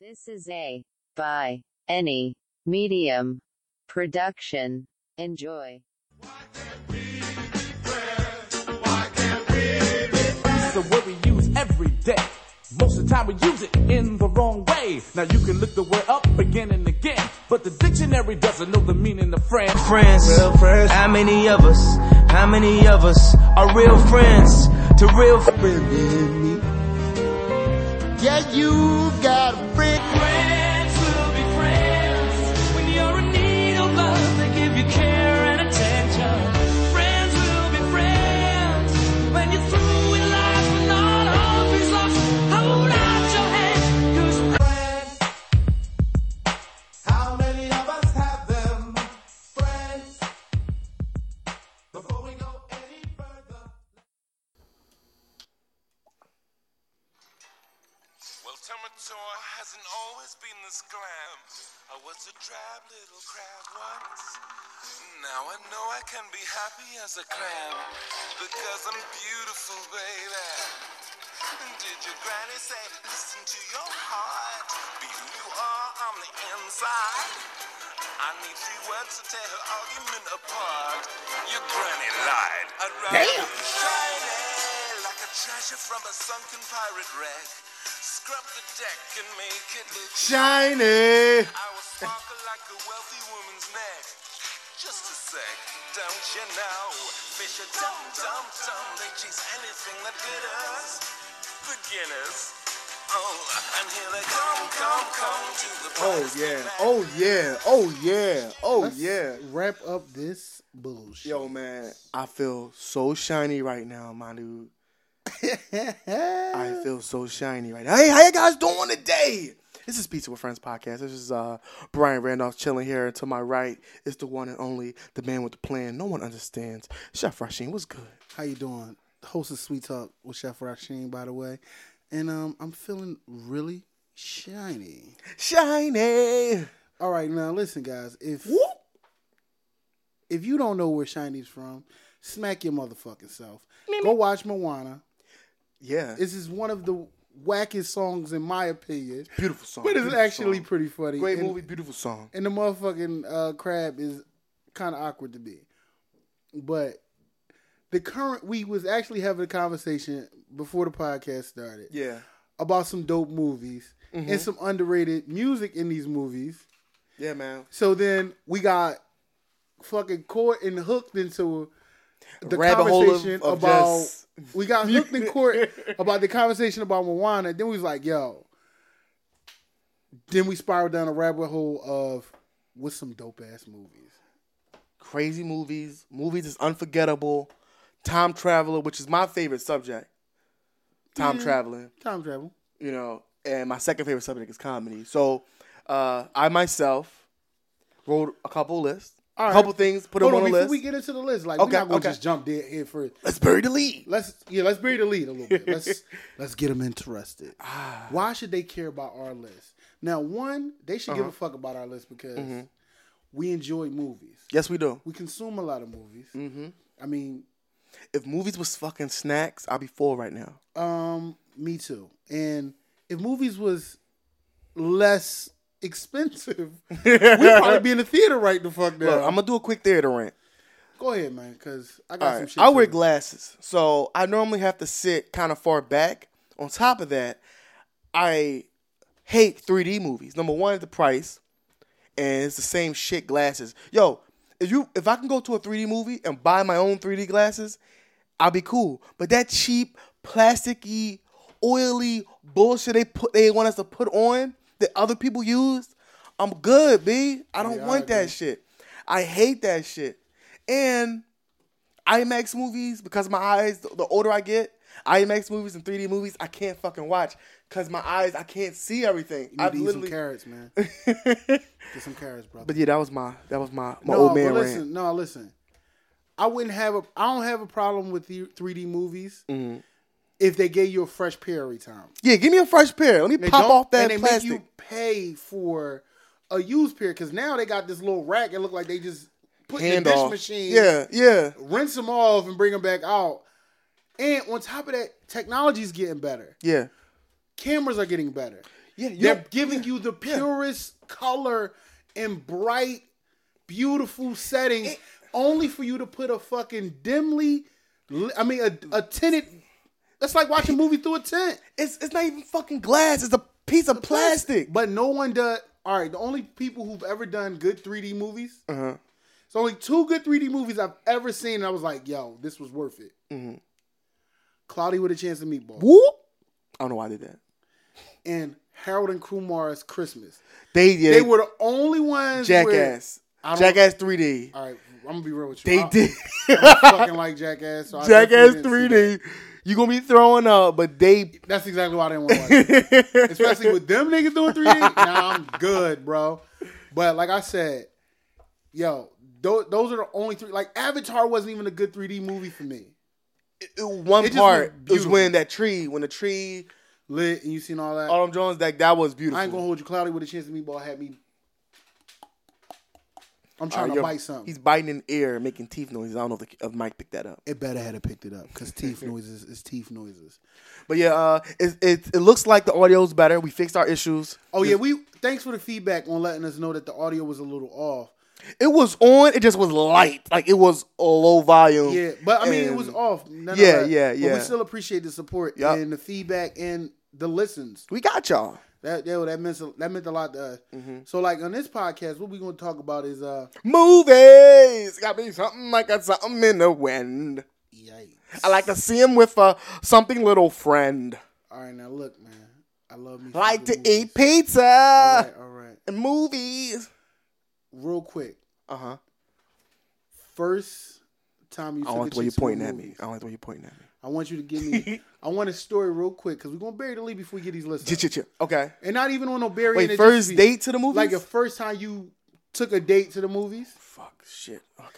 This is a by any medium production. Enjoy. It's a word we use every day. Most of the time we use it in the wrong way. Now you can look the word up again and again, but the dictionary doesn't know the meaning of friend. friends. How many of us? How many of us are real friends to real friends? Yeah, you got a friend. friends will be friends when you're in need of love. They give you care and attention. Friends will be friends when you're through with life and all hope is lost. Hold out your hand, 'cause friends. How many of us have them? Friends. Before we go any further. Well, Terminator hasn't always been this glam. I was a drab little crab once. Now I know I can be happy as a crab because I'm beautiful, baby. Did your granny say, listen to your heart? Be who you are on the inside. I need three words to tear her argument apart. Your granny lied. I'd rather be shiny like a treasure from a sunken pirate wreck. Scrub the deck and make it look Shiny. I will sparkle like a wealthy woman's neck. Just a sec, don't you know? Fish are dumb, dumb, dumb. They chase anything that glitters. Beginners. Oh, and here they come, come, come to the Oh prize yeah. that Oh yeah. Oh yeah. Oh Let's yeah. Wrap up this bullshit. Yo man, I feel so shiny right now, my dude. I feel so shiny right now. Hey, how you guys doing today? This is Pizza with Friends podcast. This is uh, Brian Randolph chilling here. And to my right is the one and only, the man with the plan. No one understands. Chef Rasheen, what's good? How you doing? Host of Sweet Talk with Chef Rasheen, by the way. And um, I'm feeling really shiny. Shiny. All right, now listen, guys. If Whoop. if you don't know where shiny's from, smack your motherfucking self. Go watch Moana. Yeah, it's This is one of the wackiest songs, in my opinion. a beautiful song. But it's beautiful actually song. pretty funny. great And- movie, beautiful song. and the motherfucking uh, crab is kind of awkward to be. But the current we was actually having a conversation before the podcast started Yeah, about some dope movies and some underrated music in these movies. yeah, man. So then we got fucking caught and hooked into the Rabbit hole of- conversation of about just- we got hooked in court about the conversation about Moana. Then we was like, yo. Then we spiraled down a rabbit hole of what's some dope ass movies. Crazy movies, movies that's unforgettable. Time traveler, which is my favorite subject. Mm-hmm. Time traveling. Time travel. you know, and my second favorite subject is comedy. So uh, I myself wrote a couple lists, All a right. couple things, put Hold them on, on, a before list. we get into the list, like Okay, we're not gonna okay. just jump dead here first. Let's bury the lead. Let's yeah, let's bury the lead a little bit. Let's let's get them interested. Why should they care about our list? Now, one, they should Uh-huh. give a fuck about our list because Mm-hmm. we enjoy movies. Yes, we do. We consume a lot of movies. Mm-hmm. I mean, If movies was fucking snacks, I'd be full right now. um, me too. And if movies was less expensive, we'd probably be in the theater right the fuck now. Look, I'm gonna do a quick theater rant. Go ahead, man, because I got All some right, shit. I to wear do. glasses, so I normally have to sit kind of far back. On top of that, I hate 3D movies. Number one, the price, and it's the same shit glasses. Yo, if you if I can go to a 3D movie and buy my own 3D glasses, I'll be cool. But that cheap, plasticky, oily bullshit they put they want us to put on that other people use, I'm good, B. I don't Yeah, I want that shit. I hate that shit. And IMAX movies because my eyes. The older I get, IMAX movies and 3D movies, I can't fucking watch because my eyes. I can't see everything. You I need to eat some literally. carrots, man. Get some carrots, brother. But yeah, that was my that was my my old man but listen, rant. No, listen. I wouldn't have a. I don't have a problem with the 3D movies Mm-hmm. if they gave you a fresh pair every time. Yeah, give me a fresh pair. Let me They pop don't- off that and they plastic. make you pay for a used pair because now they got this little rack. It look like they just put in Hand the dish off. machine. Yeah, yeah. rinse them off and bring them back out. And on top of that, technology's getting better. Yeah. Cameras are getting better. Yeah, you they're don't- giving you the purest color and bright, beautiful settings, only for you to put a fucking dimly, li- I mean, a, a tinted. That's like watching a movie through a tent. It's it's not even fucking glass. It's a piece of plastic. But no one does. All right, the only people who've ever done good 3D movies. Uh-huh. It's only two good 3D movies I've ever seen. And I was like, yo, this was worth it. Mm-hmm. Cloudy with a Chance of Meatball. Whoop. I don't know why I did that. And Harold and Kumar's Christmas. They yeah, They were the only ones. where- jackass. I don't- Jackass 3D. all right, I'm gonna be real with you. They I- did I fucking like Jackass. So I Jackass definitely didn't see 3D. You gonna be throwing up, but they that. That's exactly why I didn't want to watch it. Especially with them niggas doing 3D. Nah, I'm good, bro. But like I said, yo, tho- those are the only three. Like Avatar wasn't even a good 3D movie for me. one It just part looked was beautiful. when that tree, when the tree, Lit and you seen all that. Autumn Jones, that that was beautiful. I ain't gonna hold you cloudy with a chance of meatball had me. I'm trying Uh, to yo, bite something. He's biting in the air, making teeth noises. I don't know if, the, if Mike picked that up, it better had have picked it up because teeth noises is teeth noises. but yeah, uh, it, it it looks like the audio's better. We fixed our issues. Oh yeah, we thanks for the feedback on letting us know that the audio was a little off. It was on. It just was light. Like it was a low volume. Yeah, but I mean it And- was off. nonetheless. Yeah, yeah, But yeah. we still appreciate the support Yup. and the feedback and the listens. We got y'all. That that, that meant a- that meant a lot to us. Mm-hmm. So like on this podcast, what we gonna talk about is uh Movies got me something like a something in the wind. yikes. I like to see him with a something little friend. All right, now look, man, I love me some Like good to movies. eat pizza All right, all right. and movies. Real quick, Uh huh. first time you I took don't like a the way you're chick to a pointing at me. movie. I don't like the way you're pointing at me. I want you to give me. I want a story real quick because we're gonna bury the lead before we get these lists. Chit, chit, chit. Okay. And not even on no burying. Wait, it just first be- date to the movies? Like the first time you took a date to the movies. Fuck shit. Okay.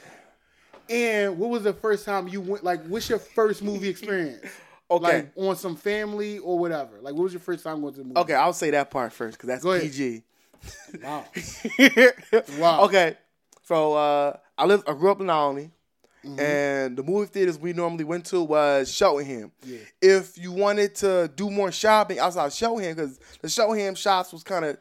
And what was the first time you went? Like, what's your first movie experience? Okay. Like on some family or whatever. Like, what was your first time going to the movie? Okay, I'll say that part first because that's Go ahead. PG. Wow. wow. Wow. Okay. So uh, I live. I grew up in Albany, Mm-hmm. and the movie theaters we normally went to was Sheltonham. Yeah. If you wanted to do more shopping outside of Sheltonham, because the Sheltonham shops was kind of.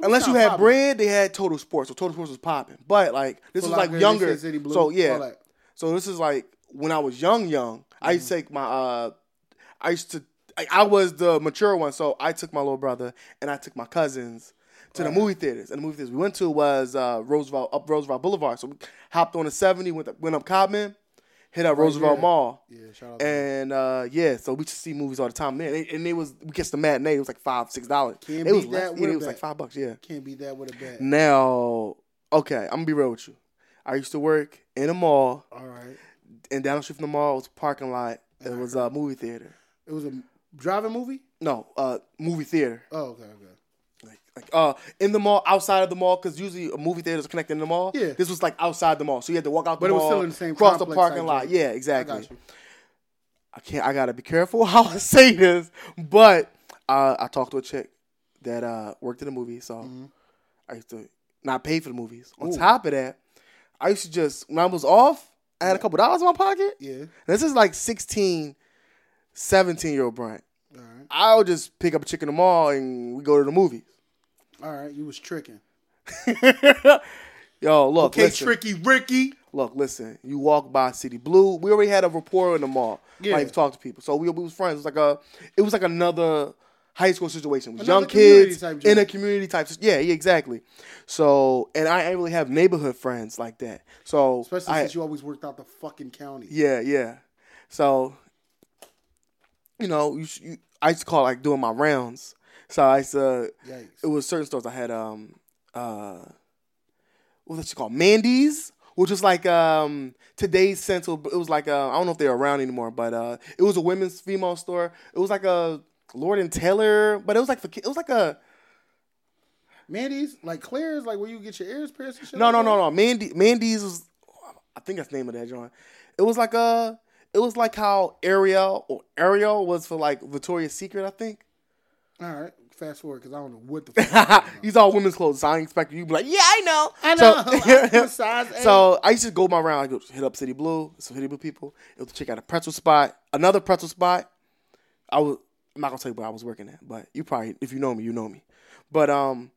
Unless you kinda had poppin'? bread, they had Total Sports. So Total Sports was popping, but like this Full was like Locker, younger. Sin City Blues, so all yeah, that. so this is like when I was young, young. I used Mm-hmm. to take my uh, I used to I, I was the mature one, so I took my little brother and I took my cousins to the movie theaters. And the movie theaters we went to was uh, Roosevelt up Roosevelt Boulevard. So we hopped on the seventy, went went up Cobman, hit up Roosevelt yeah. Mall. Yeah, shout out to And uh, yeah, so we just see movies all the time there. And, and it was we guess the matinee it was like five six dollars. Can't It was beat less- that yeah, with it a was like bet. five bucks. Yeah. Can't beat that with a bat. Now, okay, I'm gonna be real with you. I used to work in a mall, All right. and down the street from the mall was a parking lot. It was a movie theater. It was a driving movie. No, uh, movie theater. Oh, okay, okay. Like, like uh, in the mall, outside of the mall, because usually a movie theater is connected in the mall. Yeah. This was like outside the mall, so you had to walk out the But it was mall, still in the same cross the complex parking type lot. joint. Yeah, I exactly. got you. I can't. I gotta be careful how I say this, but uh, I talked to a chick that uh, worked in the movie, so Mm-hmm. I used to not pay for the movies. On top of that, I used to just when I was off, I had a couple dollars in my pocket. Yeah. This is like 16, 17 year old Bryant. All right. I'll just pick up a chick in the mall and we go to the movies. All right. You was tricking. Yo, look, Okay, listen. tricky Ricky. Look, listen. You walk by City Blue. We already had a rapport in the mall. Yeah. Like talk to people. So we, we was friends. It was like a it was like another high school situation. It was Another young community kids type in a joint. community type. Yeah, yeah, exactly. So and I ain't really have neighborhood friends like that. So Especially I, since you always worked out the fucking county. Yeah, yeah. So, you know, you, sh- you I used to call it, like doing my rounds. So I used to. Yikes. It was certain stores I had. Um, uh, what's it called? Mandy's, which was like um today's central. It was like uh, I don't know if they're around anymore, but uh, it was a women's female store. It was like a Lord and Taylor, but it was like for ki- it was like a Mandy's like Claire's like where you get your ears pierced and shit. No, like no, that? no, no. Mandy, Mandy's was, I think that's the name of that joint. It was like a, it was like how Ariel or Ariel was for like Victoria's Secret, I think. All right, fast forward because I don't know what the fuck. These all women's clothes. So I ain't expecting you to be like, yeah, I know. I know. I'm size eight. so I used to go my round. I go hit up City Blue, some City Blue people. It was check out a pretzel spot, another pretzel spot. I was I'm not gonna tell you what I was working at, but you probably, if you know me, you know me. But um,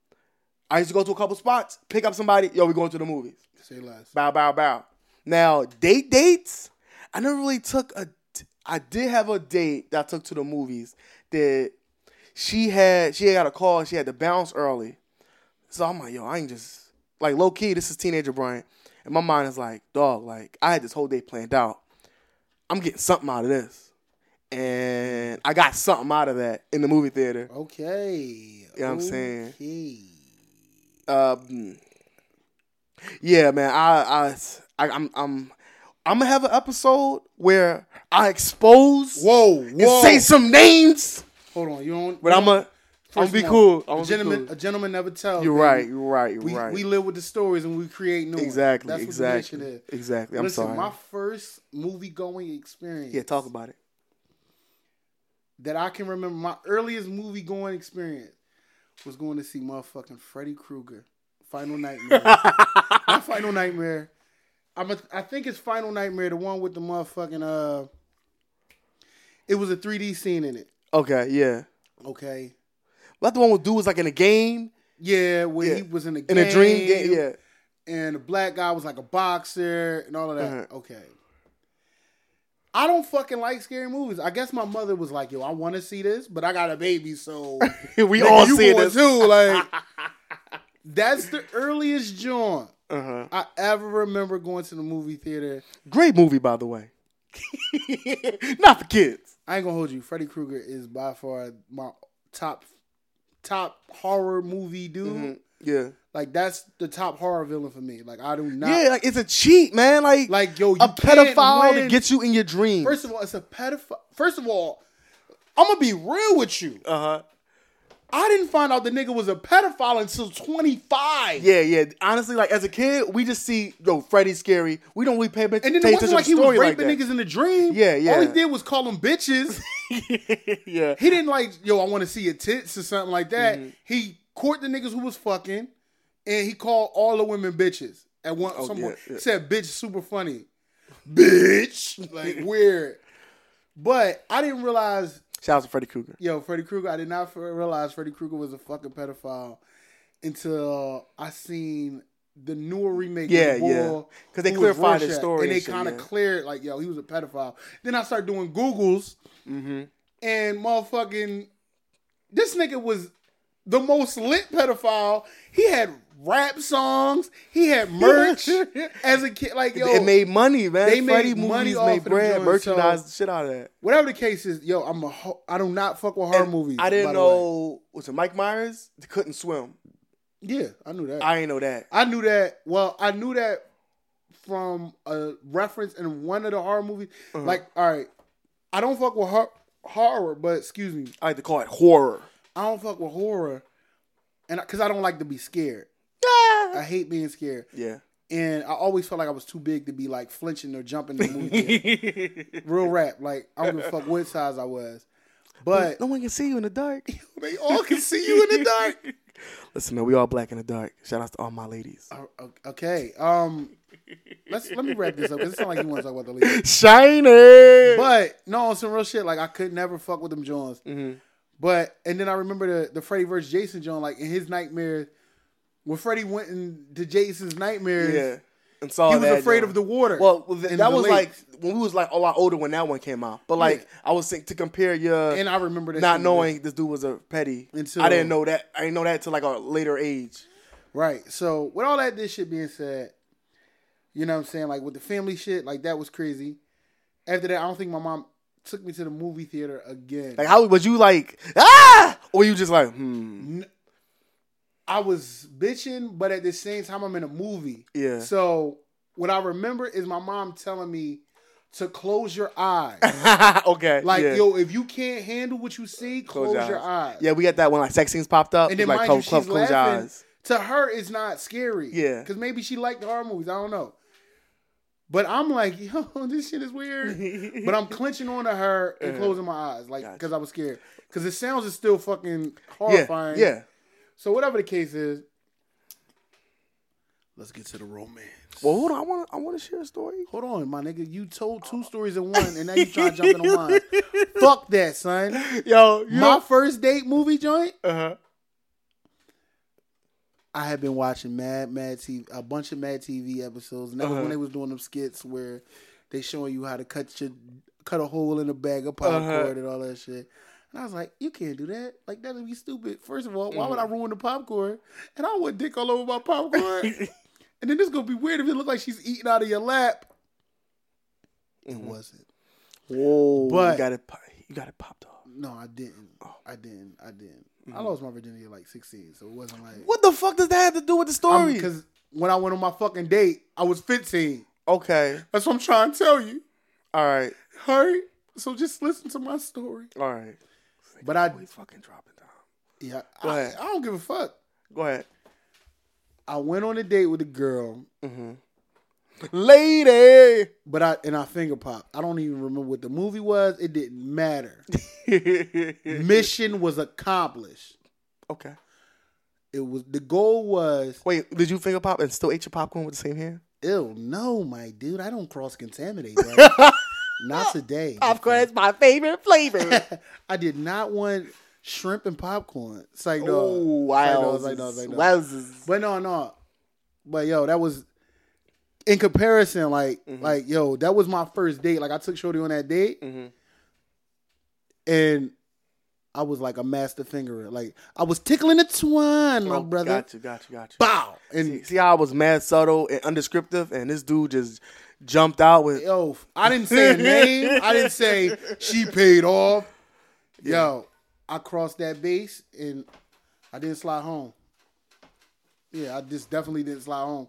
I used to go to a couple spots, pick up somebody. Yo, we going to the movies. Say less. Bow, bow, bow. Now, date dates, I never really took a. I did have a date that I took to the movies that she had. She had got a call. She had to bounce early. So I'm like, yo, I ain't just like low key. This is teenager Brian, and my mind is like, dog. Like I had this whole day planned out. I'm getting something out of this, and I got something out of that in the movie theater. Okay. You know what I'm saying? Okay. Um, yeah, man. I, I, I, I'm, I'm, I'm gonna have an episode where I expose Whoa, whoa. and say some names, Hold on, you don't. but I'm gonna, I'm gonna be cool. I'm a gonna be gentleman, cool. a gentleman never tells. You're baby. right. You're right. You're We, right. we live with the stories and we create new ones. exactly. That's what the exactly. mission is. Exactly. I'm Listen, sorry. my first movie going experience. yeah, talk about it. that I can remember. My earliest movie going experience was going to see motherfucking Freddy Krueger, Final Nightmare. Not Final Nightmare. I'm a, I think it's Final Nightmare, the one with the motherfucking uh. It was a 3D scene in it. Okay. Yeah. Okay. But the one with dude was like in a game, Yeah, where he Yeah. was in a in a dream game. Yeah. and the black guy was like a boxer and all of that. Uh-huh. Okay. I don't fucking like scary movies. I guess my mother was like, "Yo, I want to see this, but I got a baby, so we nigga, all you see going this. too." Like, that's the earliest joint Uh-huh. I ever remember going to the movie theater. Great movie, by the way. Not for kids. I ain't gonna hold you. Freddy Krueger is by far my top top horror movie dude. Mm-hmm. Yeah. Like, that's the top horror villain for me. Like, I do not Yeah, like it's a cheat, man. Like, like yo. You a pedophile to to get you in your dreams. First of all, it's a pedophile. First of all, I'm gonna be real with you. uh huh. I didn't find out the nigga was a pedophile until 25. Yeah, yeah. Honestly, like as a kid, we just see yo Freddy's scary. We don't really pay attention. And then it wasn't like he was raping like niggas in the dream. Yeah, yeah. All he did was call them bitches. niggas. yeah, he didn't like, yo, I want to see your tits or something like that. Mm-hmm. He court the niggas who was fucking, and he called all the women bitches at one. Oh, someone yeah, yeah. said, "Bitch, super funny, bitch." Like weird. But I didn't realize Shout out to Freddy Krueger. Yo, Freddy Krueger. I did not f- realize Freddy Krueger was a fucking pedophile until I seen the newer remake. with Yeah, the boy yeah. 'Cause they who was clarified his Rorschach, story and and they shit, kind of yeah. cleared like, yo, he was a pedophile. Then I started doing Googles, Mm-hmm. and motherfucking this nigga was the most lit pedophile. He had rap songs. He had merch as a kid. Like, yo, it made money, man. they made Freddy money movies off made of them bread, joints, so- merchandise, the shit out of that. whatever the case is, yo, I'm a. Ho- I do not fuck with horror And movies. I by didn't the way. know was it Mike Myers? They couldn't swim. Yeah, I knew that. I didn't know that. I knew that. Well, I knew that from a reference in one of the horror movies. Like, all right, I don't fuck with hor- horror, but excuse me, I like to call it horror. I don't fuck with horror, and because I don't like to be scared. I hate being scared, Yeah. and I always felt like I was too big to be like flinching or jumping in the movie. theater. Real rap, like I don't give a fuck what size I was, but No one can see you in the dark. they all can see you in the dark. Listen, man, we all black in the dark. Shout out to all my ladies. Oh, O- Okay, um, let's let me wrap this up because it sounds like you want to talk about the league. Shiny. But no, on some real shit, like I could never fuck with them Jones. Mm-hmm. But and then I remember the the Freddy versus Jason John, like in his nightmares, when Freddy went into Jason's nightmares, yeah. And saw he was that, afraid yo. of the water. Well, well, th- and that the was lake. like when we was like a lot older when that one came out. But like I was saying to compare your and I remember that not shit. knowing this dude was a petty. Until- I didn't know that. I didn't know that till like a later age. Right. So with all that this shit being said, you know what I'm saying? Like with the family shit, like that was crazy. After that, I don't think my mom took me to the movie theater again. Like how was you like ah? Or you just like hmm? I was bitching, but at the same time, I'm in a movie. Yeah. So what I remember is my mom telling me to close your eyes. okay. Like, yeah. yo, if you can't handle what you see, close, your eyes. Yeah, we got that when like sex scenes popped up. And it then was like mind close, you, close, she's close your laughing. eyes. To her, it's not scary. Yeah. Because maybe she liked horror movies. I don't know. But I'm like, yo, this shit is weird. but I'm clenching onto her and Uh-huh. closing my eyes, like, because I was scared. Because the sounds is still fucking Yeah, horrifying. yeah. So whatever the case is, Let's get to the romance. Well, hold on. I want. I want to share a story. Hold on, my nigga. You told two stories in one, and now you try to jump into mine. Fuck that, son. Yo, you My first date movie joint. uh-huh. I had been watching Mad Mad TV, a bunch of Mad TV episodes, and that was when they was doing them skits where they showing you how to cut your cut a hole in a bag of popcorn and all that shit. And I was like, you can't do that. Like that'd be stupid. First of all, why would I ruin the popcorn? And I want dick all over my popcorn. and then it's gonna be weird if it look like she's eating out of your lap. It wasn't. Whoa, But- you got it. po- You got it popped off. No, I didn't. Oh. I didn't. I didn't. I lost my virginity at like sixteen, so it wasn't like Mm-hmm. What the fuck does that have to do with the story? Because when I went on my fucking date, I was 15. Okay, That's what I'm trying to tell you. all right, All right. So just listen to my story. all right. But I, He's fucking dropping down. yeah, Go I, ahead. I don't give a fuck. Go ahead, I went on a date with a girl, lady. but I and I finger popped. I don't even remember what the movie was. It didn't matter. Mission was accomplished. okay. It was the goal was Wait, did you finger pop and still ate your popcorn with the same hand? ew no my dude I don't cross contaminate that. not today Popcorn is my favorite flavor. I did not want shrimp and popcorn it's like no oh, It's wow. like, no, it's like, no, it's like, no. But no, no. But yo, that was in comparison, like, like yo, that was my first date. Like, I took Shorty on that date, and I was like a master fingerer. Like, I was tickling the twine, my brother. Oh, Got you, got you, got you. Bow and See, see how I was mad subtle and undescriptive, and this dude just jumped out with. yo, I didn't say a name. I didn't say she paid off. Yo, I crossed that base and I didn't slide home. Yeah, I just definitely didn't slide home.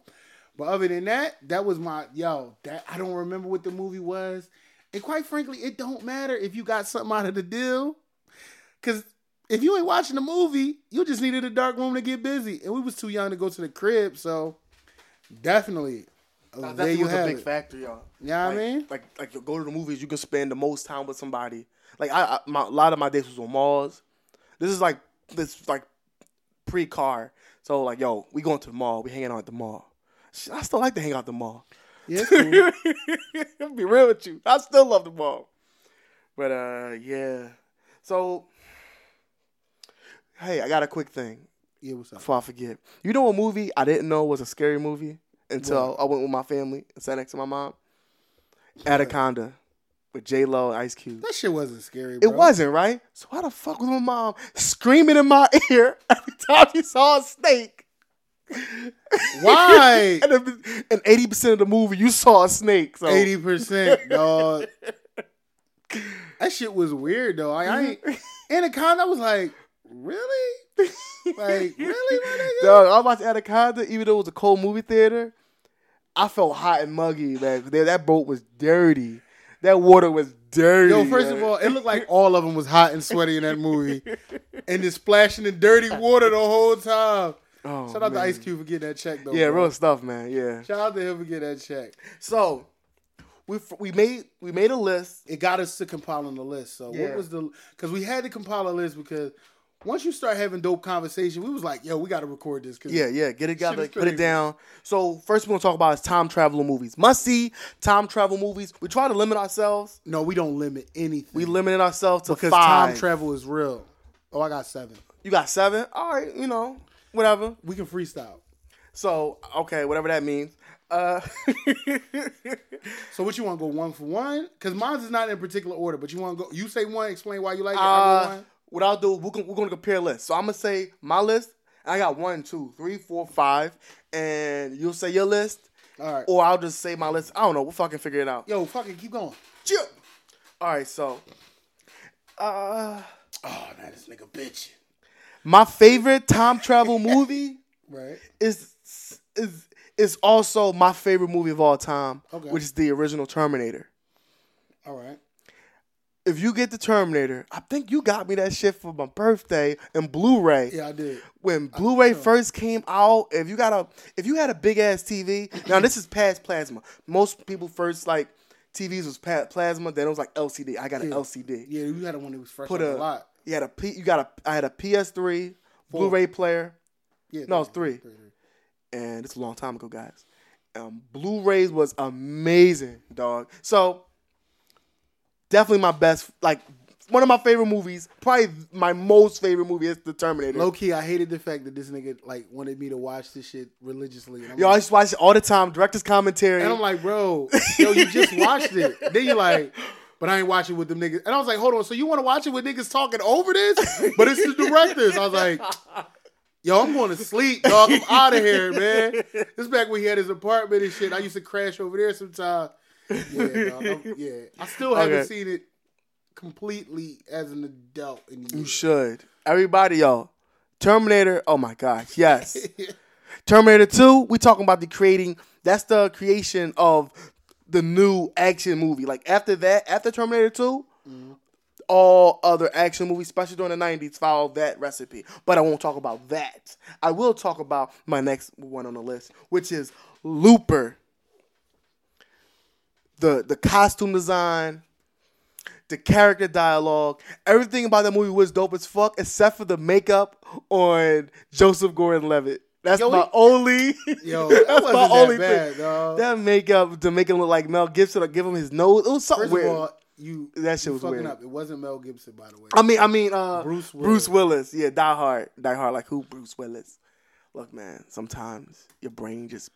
But other than that, that was my yo. That I don't remember what the movie was, and quite frankly, it don't matter if you got something out of the deal, because if you ain't watching the movie, you just needed a dark room to get busy, and we was too young to go to the crib, so definitely. there That you was a have big it. factor, y'all. Yeah, I like, mean? like, like you go to the movies, you can spend the most time with somebody. Like, I, I my, a lot of my dates was on malls. This is like this like pre car. So like, yo, we going to the mall. We hanging out at the mall. Shit, I still like to hang out at the mall. Yeah, it's cool. I'll be real with you. I still love the ball. But uh yeah. So hey, I got a quick thing yeah, what's up? before I forget. You know a movie I didn't know was a scary movie until I went with my family and sat next to my mom? Anaconda with J Lo and Ice Cube. That shit wasn't scary. Bro. It wasn't, right? So why the fuck was my mom screaming in my ear every time she saw a snake? Why? And if- and eighty percent of the movie you saw a snake. So Eighty percent, dog. That shit was weird though. I, I ain't, Anaconda was like, really? Like, really, my nigga? Dog, I watched Anaconda, even though it was a cold movie theater. I felt hot and muggy, man. That that boat was dirty. That water was dirty. Yo, first of man. all, it looked like all of them was hot and sweaty in that movie, and just splashing in dirty water the whole time. Oh, Shout out to man. Ice Cube for getting that check though. yeah, bro. real stuff, man. Yeah. Shout out to him for getting that check. So we f- we made we made a list. it got us to compiling the list. So Yeah. what was the? Because we had to compile a list because once you start having dope conversation, we was like, yo, we got to record this. Cause Yeah, yeah, get it together, is put it crazy. down. So first we're gonna talk about is time travel movies. Must see time travel movies. We try to limit ourselves. No, we don't limit anything. We limited ourselves to because five. time travel is real. Oh, I got seven. you got seven. All right, you know, whatever. We can freestyle. So okay, whatever that means. Uh, So what you want to go one for one? Because mine's is not in particular order, but you want to go. You say one, explain why you like it. I go uh, one. what I'll do, we're gonna, we're gonna compare lists. So I'm gonna say my list. and I got one, two, three, four, five, and you'll say your list, All right. or I'll just say my list. I don't know. We'll fucking figure it out. Yo, fucking keep going. Chill. All right. So uh, Oh, now this nigga bitching. my favorite time travel movie Right. is is is also my favorite movie of all time, Okay. which is the original Terminator. All right. If you get the Terminator, I think you got me that shit for my birthday and Blu-ray. Yeah, I did. when Blu-ray first came out, if you got a if you had a big ass TV, now this is past plasma. Most people first like TVs was pa- plasma, then it was like LCD. I got an LCD. Yeah, you had one that was fresh Put out a, the lot. you had a P, you got a I had a PS3 Blu-ray player. Yeah. No, it's three. and it's a long time ago, guys. Um, Blu-rays was amazing, dog. So definitely my best, like one of my favorite movies. Probably my most favorite movie is The Terminator. Low key, I hated the fact that this nigga like wanted me to watch this shit religiously. And I'm, Yo, I like, just watch it all the time. Director's commentary. and I'm like, bro, yo, you just watched it. then you like, but I ain't watching with them niggas. And I was like, hold on, so you want to watch it with niggas talking over this? But it's the directors. I was like, yo, I'm going to sleep, dog. I'm out of here, man. This is back when he had his apartment and shit. I used to crash over there sometimes. Yeah, dog, I'm- yeah. I still haven't Okay. seen it completely as an adult. In You years. should. Everybody, y'all. Terminator. Oh my gosh, yes. Terminator Two. We talking about the creating. That's the creation of the new action movie. Like after that, after Terminator 2 all other action movies, especially during the nineties, follow that recipe. But I won't talk about that. I will talk about my next one on the list, which is Looper. The the costume design, the character dialogue, everything about that movie was dope as fuck, except for the makeup on Joseph Gordon-Levitt. That's Yo, my he- only. Yo, that wasn't that bad, dog. That makeup to make him look like Mel Gibson or give him his nose. It was something First weird. of all, you That shit you was fucking weird. up. It wasn't Mel Gibson, by the way. I mean, I mean, uh, Bruce Bruce Willis. Willis. Yeah, Die Hard, Die Hard. Like who? Bruce Willis. Look, man. Sometimes your brain just,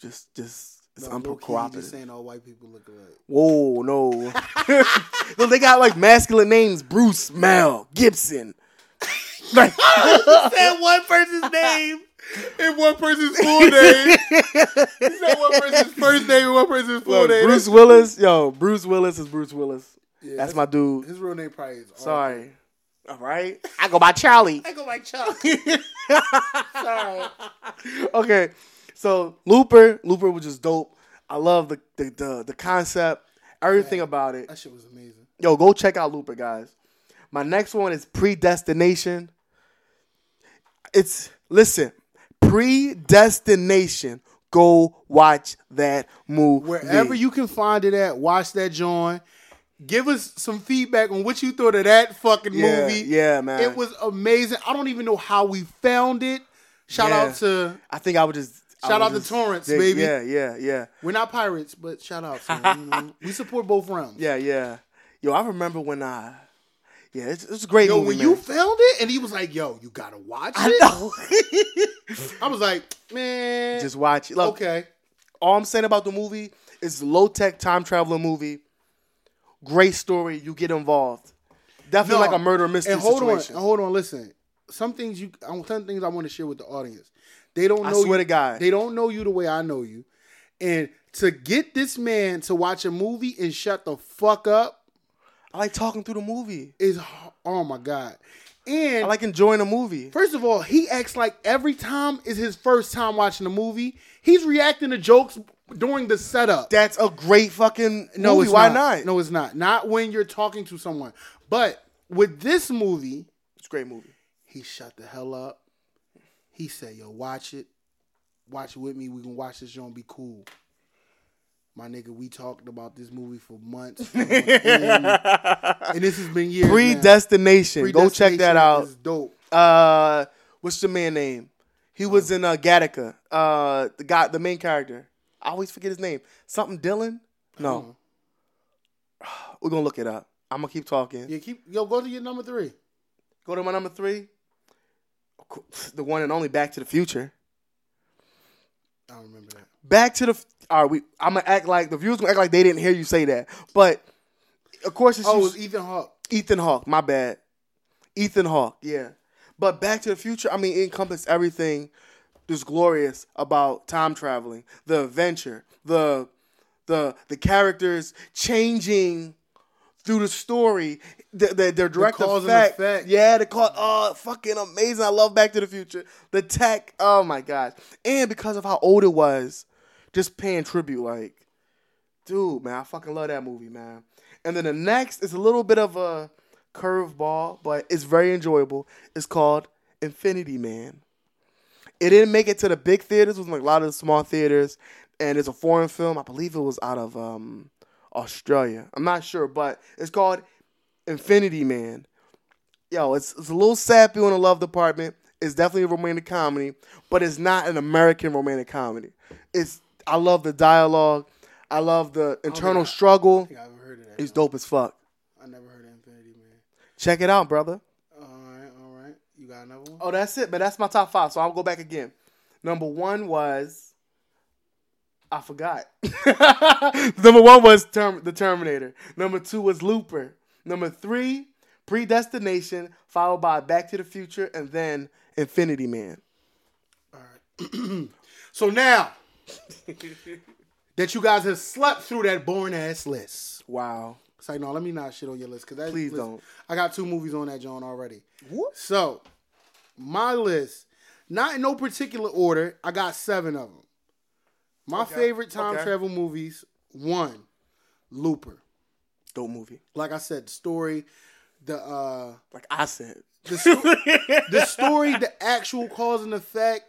just, just it's No, low-key, you uncooperative. Just saying all white people look alike. Whoa, no. no, they got like masculine names: Bruce, Mel, Gibson. Like said one person's name and one person's full name. You said one person's first name and one person's full look, name. Bruce Willis, yo, Bruce Willis is Bruce Willis. Yeah, that's my dude. His real name probably is. Sorry. All right, I go by Charlie. I go like Chuck. Sorry. okay, so Looper, Looper was just dope. I love the the the, the concept, everything about it. That shit was amazing. Yo, go check out Looper, guys. My next one is Predestination. It's listen, Predestination. Go watch that movie. Wherever you can find it at, watch that joint. Give us some feedback on what you thought of that fucking Yeah, movie. yeah, man. It was amazing. I don't even know how we found it. Shout Yeah. out to I think I would just I Shout would out to just Torrance, dig- baby. Yeah, yeah, yeah, we're not pirates, but shout out to them, you know. we support both realms. yeah, yeah. Yo, I remember when I. Yeah, it's, it's a great Yo, movie. when man. you filmed it, and he was like, "Yo, you gotta watch it." I know. I was like, "Man, just watch it. Look, okay." all I'm saying about the movie is low tech time traveler movie. Great story. You get involved. Definitely like a murder mystery And hold situation. on, and hold on. Listen, some things you, I want- some things I want to share with the audience. They don't know. I swear to you, God. they don't know you the way I know you. And to get this man to watch a movie and shut the fuck up I like talking through the movie. is, h- oh my god. And I like enjoying the movie. First of all, he acts like every time is his first time watching a movie. He's reacting to jokes during the setup. That's a great fucking No, movie. it's Why not. not? No, it's not. Not when you're talking to someone. But with this movie, it's a great movie. he shut the hell up. He said, "Yo, watch it, watch it with me. We can watch this joint. Be cool." My nigga, we talked about this movie for months, on end. and this has been years. now. Predestination. Go check that Predestination out. is dope. Uh, what's the man name? He was in uh, Gattaca. Uh, the guy, the main character. I always forget his name. Something Dylan. No, we're gonna look it up. I'm gonna keep talking. Hmm. Yeah, keep yo. Go to your number three. Go to my number three. Of cour- The one and only Back to the Future. I don't remember that. Back to the. F- All right, we. I'm gonna act like the viewers gonna act like they didn't hear you say that. But of course, it's Oh, it just- was Ethan Hawke. Ethan Hawke. My bad. Ethan Hawke. Yeah. But Back to the Future. I mean, it encompassed everything that's glorious about time traveling, the adventure, the the the characters changing through the story, the, the, their direct cause and effect. effect. Yeah, the call. Oh, fucking amazing! I love Back to the Future. The tech. Oh my gosh! And because of how old it was, just paying tribute, like dude, man, I fucking love that movie, man. And then the next is a little bit of a curveball, but it's very enjoyable. It's called Infinity Man. It didn't make it to the big theaters. It was in, like a lot of the small theaters, and it's a foreign film. I believe it was out of um, Australia. I'm not sure, but it's called Infinity Man. Yo, it's, it's a little sappy on the love department. It's definitely a romantic comedy, but it's not an American romantic comedy. It's I love the dialogue. I love the internal struggle. Oh, I think I've heard of that. It's dope as fuck. I never heard of Infinity Man. Check it out, brother. All right, all right. You got another one? Oh, that's it. But that's my top five. So I'll go back again. Number one was I forgot. Number one was Term- the Terminator. Number two was Looper. Number three, Predestination, followed by Back to the Future, and then Infinity Man. So now that you guys have slept through that boring ass list, Wow. it's like no, let me not shit on your list because Please don't. I got two movies on that John already. What? So my list, not in no particular order, I got seven of them. My favorite time okay. travel movies: one, Looper. Dope movie. Like I said, the story, the uh, Like I said. the, sto- the story, the actual cause and effect,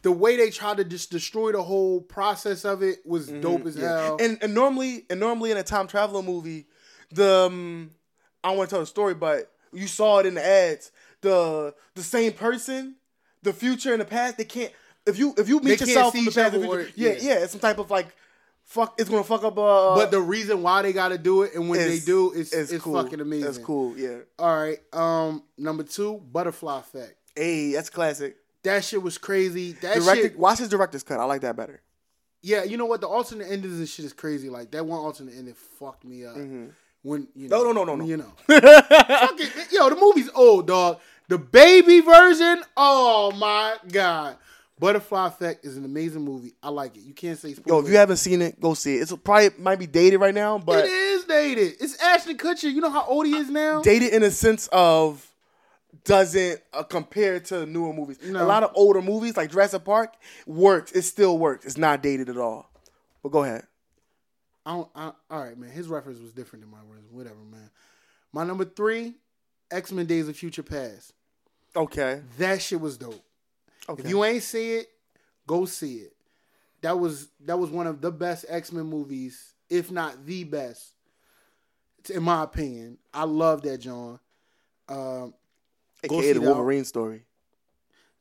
the way they tried to just destroy the whole process of it was dope as hell. Mm-hmm, And, and normally, and normally in a time traveler movie, the um, I don't want to tell the story, but you saw it in the ads. The the same person, the future and the past, they can't. If you if you meet They can't yourself see in the each past, and other or- future, yeah, yeah. yeah, it's some type of like, fuck, it's gonna fuck up. Uh, but the reason why they got to do it and when they it's- do, it's it's, fucking amazing. It's cool, yeah. All right, um, number two, Butterfly Effect. Hey, that's classic. That shit was crazy. That Directed, shit, watch his director's cut. I like that better. yeah. You know what? The alternate endings and shit is crazy. Like that one alternate ending fucked me up. When Mm-hmm. you know, No, no, no, no, no. you know, Fuck it, yo, the movie's old, dog. The baby version. Oh my god, Butterfly Effect is an amazing movie. I like it. You can't say Yo, spoiler. if you haven't seen it, go see it. It's probably might be dated right now, but it is dated. It's Ashley Kutcher. You know how old he is now. dated in a sense of doesn't uh, compare to newer movies. No. A lot of older movies like Jurassic Park works. It still works. It's not dated at all. But go ahead. I don't, I, all right, man. His reference was different than my reference. Whatever, man. My number three, X Men: Days of Future Past. Okay. That shit was dope. Okay. If you ain't see it, go see it. That was that was one of the best X Men movies, if not the best, t- in my opinion. I love that John. Um, go see AKA the that. Wolverine story.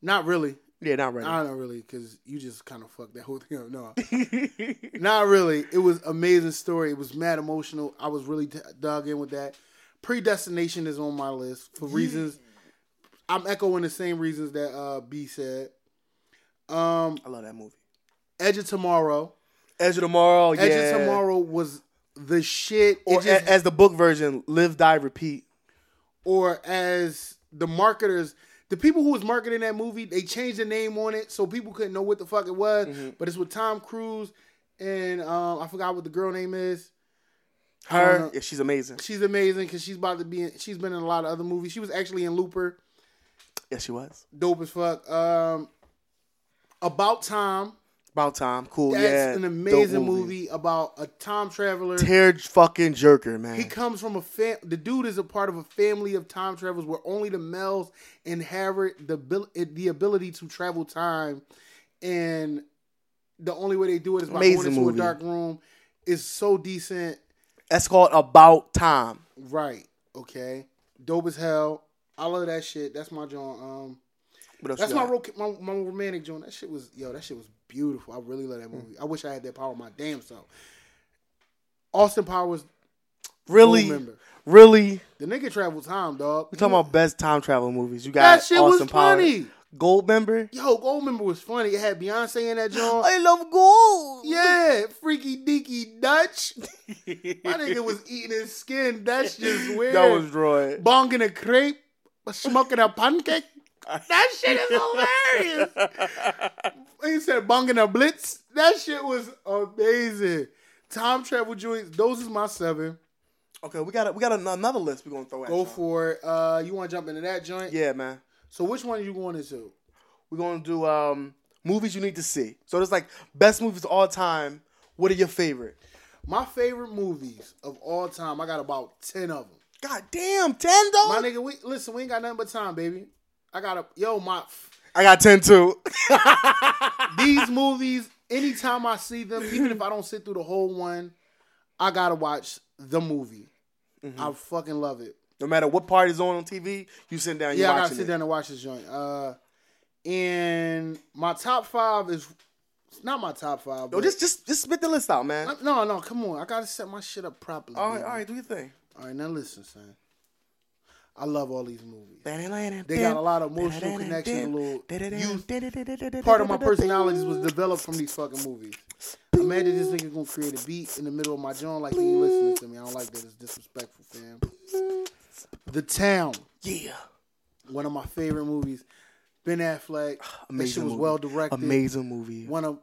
not really. Yeah, not right. I don't really, because you just kind of fucked that whole thing up. No, not really. It was amazing story. It was mad emotional. I was really d- dug in with that. Predestination is on my list for reasons. I'm echoing the same reasons that uh, B said. Um, I love that movie. Edge of Tomorrow. Edge of Tomorrow. Yeah. Edge of Tomorrow was the shit. Or, Or just, a- as the book version, live, die, repeat. or as the marketers, the people who was marketing that movie, they changed the name on it so people couldn't know what the fuck it was. Mm-hmm. But it's with Tom Cruise and um, I forgot what the girl name is. Her, Uh, yeah, she's amazing. She's amazing because she's about to be. In, she's been in a lot of other movies. She was actually in Looper, Yeah, she was. dope as fuck. Um, About Time. About time. Cool. That's Oh, yeah, an dope amazing movie. about a time traveler. Tear fucking jerker, man. He comes from a fam. The dude is a part of a family of time travelers where only the males inherit the abil- the ability to travel time, and the only way they do it is by Amazing going into movie. a dark room. It's so decent, That's called About Time. right? Okay, dope as hell. I love that shit. That's my joint. Um, What else that's you my, got? ro- my my romantic joint. That shit was yo. That shit was beautiful. I really love that Mm. movie. I wish I had that power my damn self. Austin Powers, Really, remember. really. the nigga travel time, dog. We're talking about best time travel movies. You got That shit was Austin Powers. funny. Gold member. Yo, Goldmember was funny. It had Beyonce in that joint. I love gold. Yeah, freaky deaky Dutch. My nigga was eating his skin. That's just weird. That was droid. bonging a crepe, smoking a pancake. That shit is hilarious. he said bonging a blitz. That shit was amazing. Time travel joints. Those is my seven. Okay, we got a, we got an- another list we're gonna throw at. Go y'all. for it. Uh, you want to jump into that joint? Yeah, man. So which one are you going into? We're gonna do um movies you need to see. So it's like best movies of all time. What are your favorite? My favorite movies of all time. I got about ten of them. God damn, ten though. My nigga, we listen. We ain't got nothing but time, baby. I got a yo. My I got ten too. these movies. Anytime I see them, even if I don't sit through the whole one, I gotta watch the movie. Mm-hmm. I fucking love it. no matter what party's on on TV, you sitting down. You Yeah, I watching gotta sit it. down and watch this joint. Uh, And my top five is it's not my top five. No, but- just just just spit the list out, man. Uh, no, no, come on. I gotta set my shit up properly. All right, baby. all right, do your thing. All right, now listen, son. I love all these movies. They got a lot of emotional connection, little You, Part of my personality was developed from these fucking movies. I'm mad that this nigga gonna create a beat in the middle of my joint like he ain't listening to me. I don't like that. It's disrespectful, fam. The Town, Yeah, one of my favorite movies. Ben Affleck. that shit was movie. well directed. Amazing movie. One of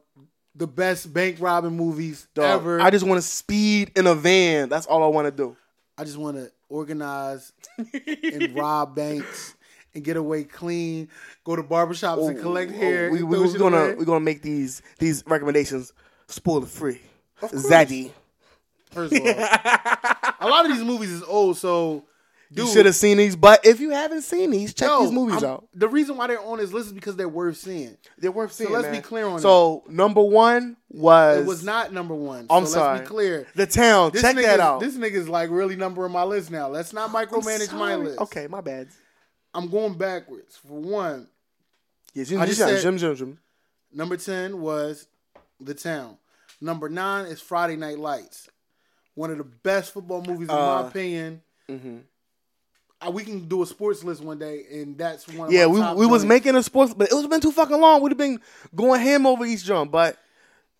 the best bank robbing movies Dog, ever. I just want to speed in a van. That's all I want to do. I just want to organize and rob banks and get away clean. Go to barbershops and collect hair. Oh, We, and we, throw we're shit gonna away. we're gonna make these these recommendations spoiler free. course. Zaddy, First of all, a lot of these movies is old, so you dude, should have seen these, but if you haven't seen these, check yo, these movies I'm- out. The reason why they're on this list is because they're worth seeing. They're worth seeing. let's be man. clear on So number one was It was not number one. I'm so sorry. Let's be clear. the town. This check nigga's, that out. This nigga's like really numbering my list now. Let's not I'm micromanage my sorry. list. Okay, my bad. I'm going backwards. For one, Yeah, Jim, I Jim, just Jim, said- Jim, Jim, Jim. Number 10 was The Town. Number 9 is Friday Night Lights. One of the best football movies, in my Uh, mm-hmm. opinion. Uh, we can do a sports list one day, and that's one of Yeah, my we, top we was joints. making a sports, but it was been too fucking long. We'd have been going ham over each drum, but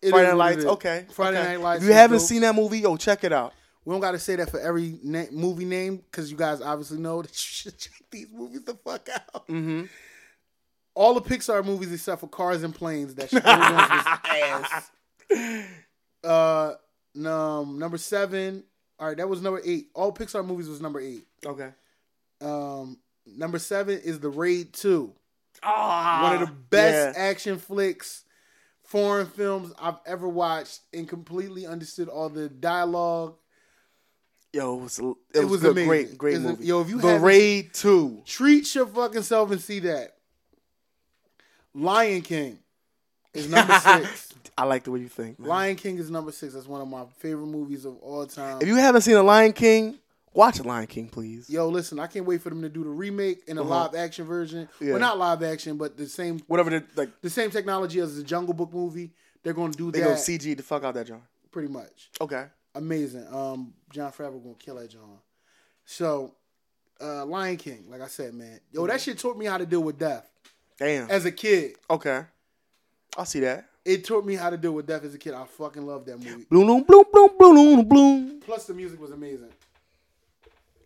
It Friday Night is what it Lights, is. okay. Friday okay. Night Lights. If you is haven't dope. seen that movie, yo, check it out. we don't got to say that for every na- movie name because you guys obviously know that you should check these movies the fuck out. All the Pixar movies except for Cars and Planes. That shit those ones was ass. Uh, num number seven. All right, that was number eight. All Pixar movies was number eight. Okay. Um, number seven is The Raid Two. One of the best action flicks, foreign films I've ever watched, and completely understood all the dialogue. Yo, it was it was, good, amazing. great great It's a- movie. yo, if you the haven't- Raid Two, Treat your fucking self and see that. Lion King is number six. I like the way you think. man. Lion King is number six. That's one of my favorite movies of all time. If you haven't seen The Lion King, watch The Lion King, please. Yo, listen, I can't wait for them to do the remake and a live action version. Uh-huh. Yeah. Well, not live action, but the same Whatever the like, the same technology as the Jungle Book movie. They're gonna do they that go CG the fuck out that genre. pretty much. Okay. Amazing. Um, John Favreau gonna kill that John. So, uh, Lion King, like I said, man, yo, that Mm-hmm. shit taught me how to deal with death Damn. as a kid. okay. I'll see that. It taught me how to deal with death as a kid. I fucking love that movie. Bloom, bloom, bloom, bloom, bloom, bloom, bloom. Plus, the music was amazing.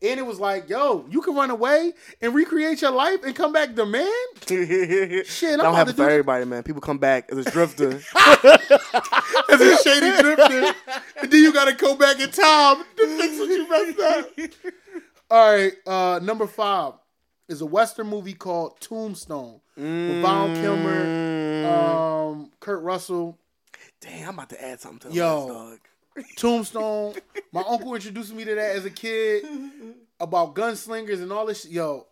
And it was like, yo, you can run away and recreate your life and come back the man. Shit, I'm don't about happen for to do- everybody, man. People come back as a drifter. As a shady drifter. and then you gotta go back in time to fix what you messed up. All right, uh, number five is a Western movie called Tombstone with Val Kilmer, um, Kurt Russell. Damn, I'm about to add something to the Yo. list, dog. Tombstone. My uncle introduced me to that as a kid about gunslingers and all this. Shit. Yo,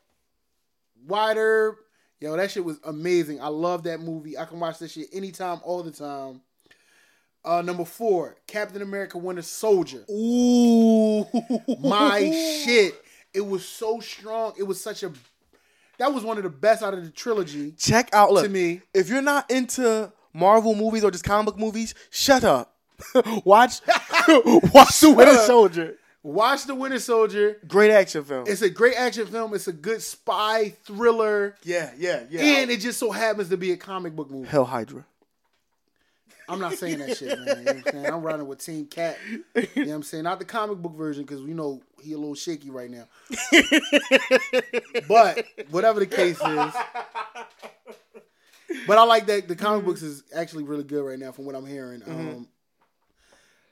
Wide Herb. Yo, that shit was amazing. I love that movie. I can watch this shit anytime, all the time. Uh, number four, Captain America Winter Soldier. Ooh, My shit. It was so strong. It was such a. That was one of the best out of the trilogy. Check out, look, To me. if you're not into Marvel movies or just comic book movies, shut up. watch, watch The Winter up. Soldier. Watch The Winter Soldier. Great action film. It's a great action film. It's a good spy thriller. yeah, yeah, yeah. And it just so happens to be a comic book movie. Hell Hydra. I'm not saying that shit, man. You know what I'm saying? I'm riding with Team Cat. You know what I'm saying? Not the comic book version, because we know he a little shaky right now. but whatever the case is. But I like that the comic books is actually really good right now from what I'm hearing. Um,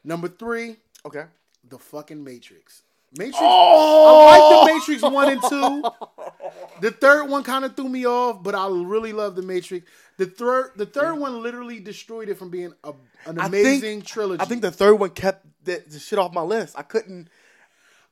number three, Okay. the fucking Matrix. Matrix Oh, I like the Matrix one and two. The third one kind of threw me off, but I really love the Matrix. The third, the third one literally destroyed it from being a, an I amazing think- trilogy. I think the third one kept the, the shit off my list. I couldn't.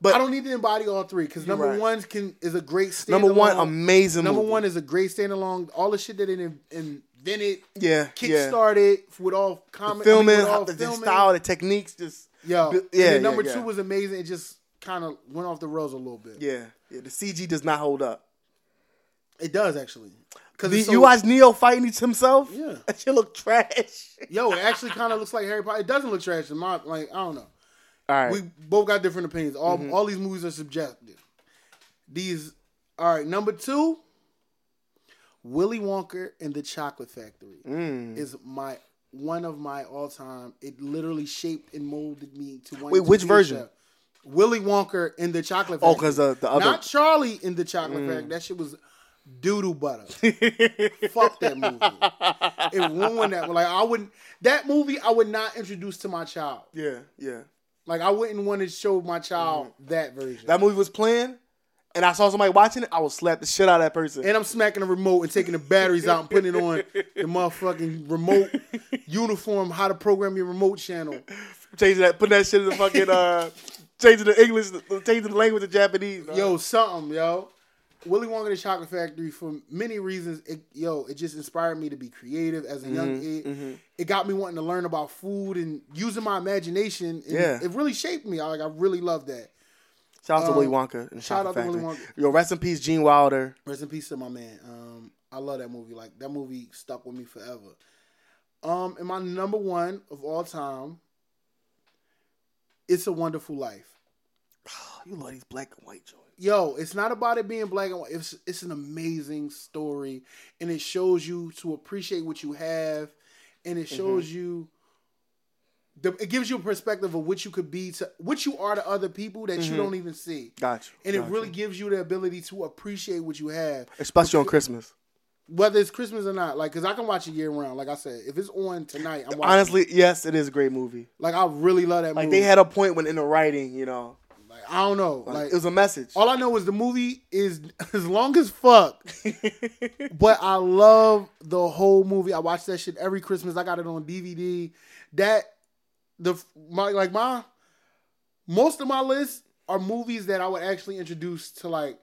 I don't need to embody all three because number right. one can is a great standalone. Number one, amazing. Number movie. one is a great standalone. All the shit that it in- invented, Yeah, yeah. kickstarted with all comic I mean, filming, with all how, the, the filming. style, the techniques, just Yo, bu- and yeah. then yeah, number yeah. two was amazing. It just kind of went off the rails a little bit. yeah, yeah. The CG does not hold up. It does actually. Cause The- it's so- you watch Neo fighting each- himself? Yeah. That shit look trash. Yo, it actually kind of looks like Harry Potter. It doesn't look trash in my like. I don't know. All right. Mm-hmm. We both got different opinions. All all these movies are subjective. These all right. Number two, Willy Wonka and the Chocolate Factory Mm. is my one of my all time. It literally shaped and molded me to one. Wait, which version? Willy Wonka and the Chocolate Oh, Factory. 'cause, uh, the other- Mm. not Charlie in the Chocolate Factory. That shit was doodle butter. Fuck that movie. It ruined that. Like I wouldn't. That movie I would not introduce to my child. yeah, yeah. Like I wouldn't want to show my child that version. Mm. That movie was playing, and I saw somebody watching it. I would slap the shit out of that person. and I'm smacking the remote and taking the batteries out and putting it on the motherfucking remote uniform. How to program your remote channel? changing that, putting that shit in the fucking, uh, changing the English, changing the language to Japanese. dog. Yo, something, yo. Willy Wonka and the Chocolate Factory for many reasons. It, yo, it just inspired me to be creative as a young kid. It got me wanting to learn about food and using my imagination. And Yeah. it really shaped me. I, like I really love that. shout out to Willy Wonka and the uh, shout Chocolate out to Willy Factory. Wonka. Yo, rest in peace, Gene Wilder. Rest in peace to my man. Um, I love that movie. Like that movie stuck with me forever. Um, and my number one of all time, "It's a Wonderful Life." Oh, you love these black and white joints. Yo, it's not about it being black and white. It's it's an amazing story, and it shows you to appreciate what you have, and Mm-hmm. it shows you. The, it gives you a perspective of what you could be to what you are to other people that Mm-hmm. you don't even see, Got you. and it got you. really gives you the ability to appreciate what you have. especially on Christmas. whether it's Christmas or not, like, cause I can watch it year round. Like I said, if it's on tonight, I'm watching. Honestly, Honestly, yes, it is a great movie. like I really love that Like movie. they had a point when in the writing, you know, like, I don't know. like, Like, it was a message. all I know is the movie is as long as fuck, but I love the whole movie. I watch that shit every Christmas. I got it on DVD. That the my like my most of my list are movies that I would actually introduce to like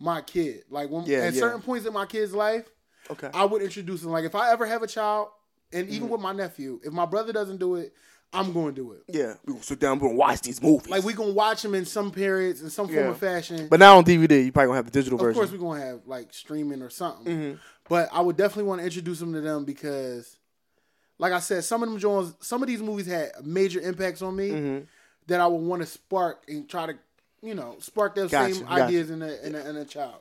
my kid. Like when Yeah, at yeah. certain points in my kid's life, okay, I would introduce them. Like if I ever have a child, and Mm-hmm. even with my nephew, if my brother doesn't do it, I'm going to do it. yeah, we gonna sit down, we gonna watch these movies. Like we gonna watch them in some periods, in some form Yeah. of fashion. but now on DVD, you probably gonna have the digital of version. Mm-hmm. course, we're gonna have like streaming or something. But I would definitely want to introduce them to them because, like I said, some of them Jones, some of these movies had major impacts on me Mm-hmm. that I would want to spark and try to, you know, spark those Gotcha, same gotcha. ideas in a in a, in a child.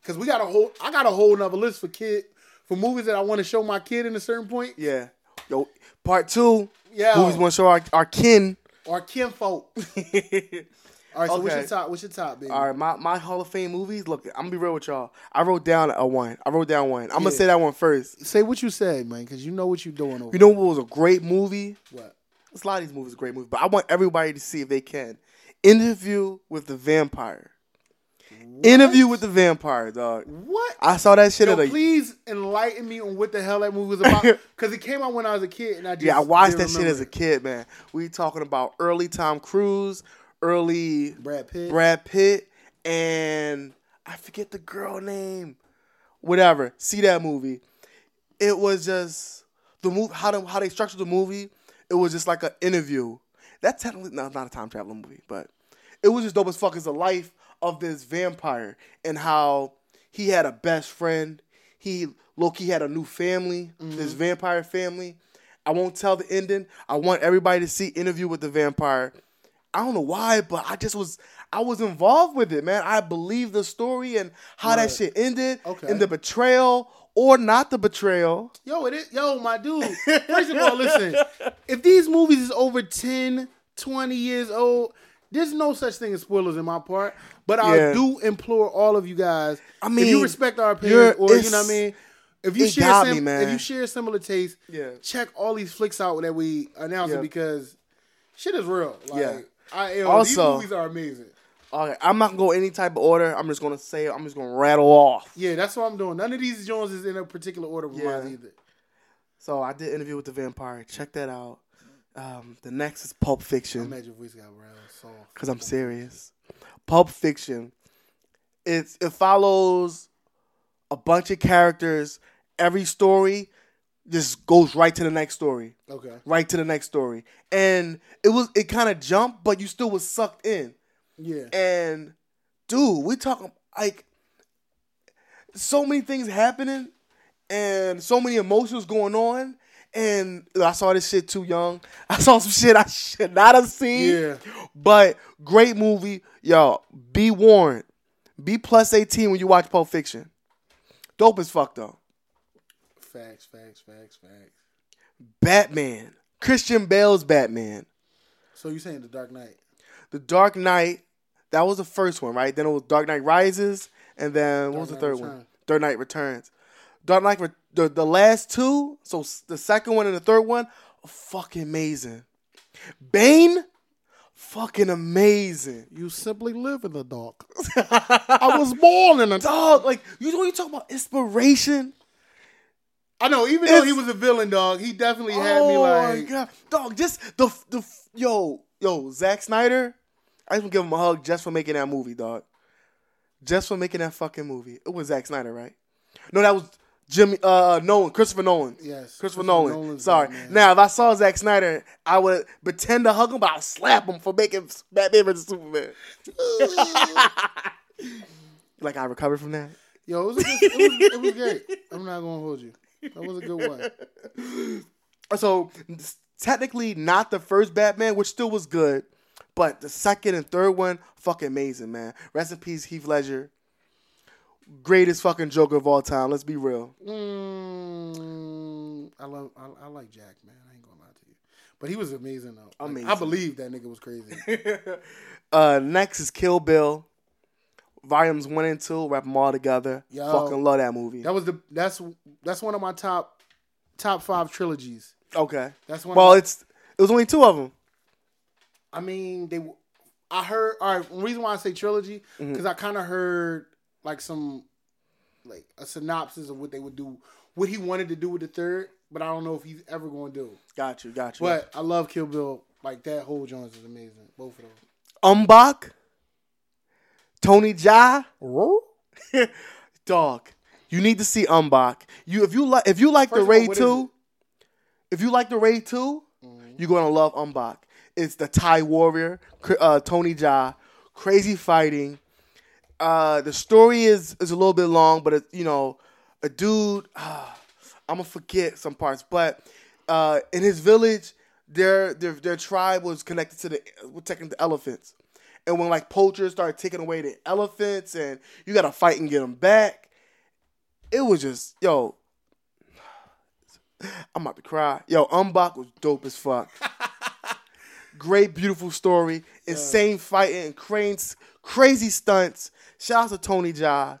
Because we got a whole, I got a whole nother list for kid for movies that I want to show my kid in a certain point. yeah, yo, part two. Yeah. movies want to show our, our kin. or kinfolk. All right, so what's Okay. your top? What's your top, baby? All right, my, my Hall of Fame movies. Look, I'm gonna be real with y'all. I wrote down a one. I wrote down one. I'm gonna say that one first. Say what you said, man, because you know what you're doing over. You know what was a great movie? what? There's A lot of these movies are great movies, but I want everybody to see if they can. Interview with the Vampire. Interview with the Vampire, dog. What? I saw that shit Yo, at a please enlighten me on what the hell that movie was about. Because it came out when I was a kid, and I just Yeah, I watched that didn't shit as a remember kid, man. We talking about early Tom Cruise, early it. Brad Pitt. Brad Pitt, and I forget the girl name. Whatever. See that movie. It was just the move how the, how they structured the movie. It was just like an interview. That technically no, it's not a time traveling movie, but it was just dope as fuck. Is the life of this vampire and how he had a best friend. He Loki had a new family, this vampire family. I won't tell the ending. I want everybody to see Interview with the Vampire. I don't know why, but I just was I was involved with it, man. I believe the story and how that shit ended, Okay. and the betrayal or not the betrayal. Yo, it is. Yo, my dude. First of all, listen. If these movies is over 10, 20 years old, there's no such thing as spoilers in my part. But Yeah. I do implore all of you guys. I if you mean, respect our you're- opinion, or you know it's- what I mean. If you it share, got sim- me, man. if you share similar taste, Yeah. check all these flicks out that we announcing Yeah. because shit is real. Like, Yeah. I, yo, Also- these movies are amazing. Okay, I'm not gonna go any type of order. I'm just gonna say I'm just gonna rattle off. Yeah, that's what I'm doing. None of these Jones is in a particular order of Yeah. mine either. So I did interview with the vampire. Check that out. Um, the next is Pulp Fiction. Imagine your voice got real soft. because I'm serious. Pulp Fiction. It's it follows a bunch of characters. Every story just goes right to the next story, Okay. right to the next story, and it was it kind of jumped, but you still was sucked in. Yeah. And dude, we talking like so many things happening and so many emotions going on. And I saw this shit too young. I saw some shit I should not have seen. Yeah. But great movie, y'all. Be warned. Be plus eighteen when you watch Pulp Fiction. Dope as fuck though. Facts, facts, facts, facts. Batman. Christian Bale's Batman. So you saying the Dark Knight? The Dark Knight. That was the first one, right? Then it was Dark Knight Rises, and then what was the Knight third one? Returns. Dark Knight Returns. Dark Knight. Re- the the last two. So s- the second one and the third one. Fucking amazing. Bane. Fucking amazing. You simply live in the dark. I was born in a Dog, like you know what you talk about inspiration. I know, even though It's- he was a villain, dog, he definitely had oh me like. my god, dog! Just the the f- yo yo Zack Snyder. I just want to give him a hug just for making that movie, dog. Just for making that fucking movie. It was Zack Snyder, right? No, that was Jimmy uh Nolan, Christopher Nolan. Yes, Christopher Christopher Nolan. Nolan's Sorry. Batman. Now, if I saw Zack Snyder, I would pretend to hug him, but I'll slap him for making Batman vs Superman. like I recovered from that. Yo, it was, a good, it, was, it was great. I'm not gonna hold you. That was a good one. so s- technically not the first Batman, which still was good, but the second and third one, fucking amazing, man. Rest in peace, Heath Ledger. Greatest fucking Joker of all time. Let's be real. Mm, I love. I, I like Jack, man. I ain't gonna lie to you, but he was amazing though. Like, I Amazing. believe that nigga was crazy. Uh, next is Kill Bill. Volumes one and two, wrap them all together. Yo. Fucking love that movie. that was the. That's that's one of my top top five trilogies. okay. That's one. Well, of, it's it was only two of them. I mean, they. I heard. All right. Reason why I say trilogy Mm-hmm. because I kind of heard like some like a synopsis of what they would do, what he wanted to do with the third, but I don't know if he's ever going to do. Got you, got you. But I love Kill Bill. Like that whole Jones is amazing. Both of those. Umbach, Tony Jaa, dog. You need to see Umbach. You if you like if you like First the of all, Raid what is Mm-hmm. two, if you like the Raid 2 you're gonna love Umbach. It's the Thai warrior, cr- uh, Tony Jaa, crazy fighting. Uh, the story is is a little bit long, but it, you know, a dude. ah, I'm gonna forget some parts, but uh, in his village, their their their tribe was connected to the were taking the elephants, and when like poachers started taking away the elephants, and you gotta fight and get them back, it was just yo. I'm about to cry. Yo, Umbach was dope as fuck. Great, beautiful story. Insane fighting, cranes, crazy stunts. Shout out to Tony Jaa.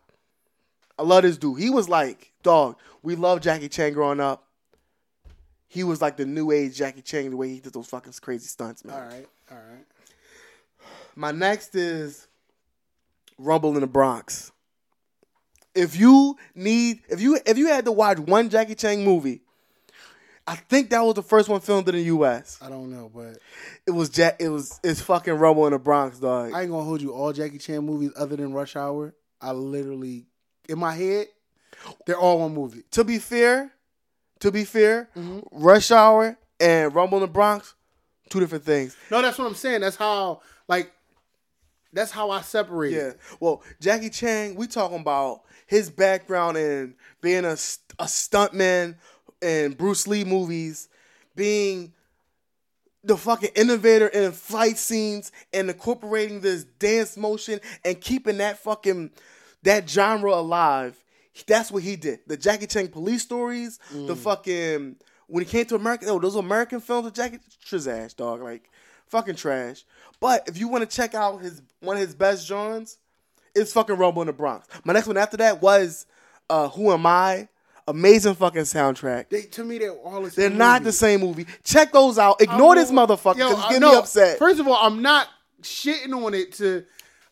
I love this dude. He was like, dog, we love Jackie Chan growing up. He was like the new age Jackie Chan, the way he did those fucking crazy stunts, man. All right. All right. My next is Rumble in the Bronx. If you need, if you if you had to watch one Jackie Chan movie, I think that was the first one filmed in the U.S. I don't know, but It was Jack. It was it's fucking Rumble in the Bronx, dog. I ain't gonna hold you. All Jackie Chan movies other than Rush Hour, I literally in my head, they're all one movie. Mm-hmm. to be fair, to be fair, Rush Hour and Rumble in the Bronx, two different things. No, that's what I'm saying. That's how like that's how I separate. Yeah. it. Well, Jackie Chan, we talking about his background in being a, st- a stuntman in Bruce Lee movies, being the fucking innovator in flight scenes and incorporating this dance motion and keeping that fucking that genre alive. That's what he did. The Jackie Chan police stories, Mm. the fucking when he came to America, oh, those American films with Jackie Trash, dog, like fucking trash. But if you want to check out his one of his best genres, it's fucking Rumble in the Bronx. My next one after that was uh Who Am I? Amazing fucking soundtrack. They to me they're all the same They're not movie. the same movie. Check those out. I Ignore don't- this motherfucker Yo, because it's I- getting no, me upset. First of all, I'm not shitting on it to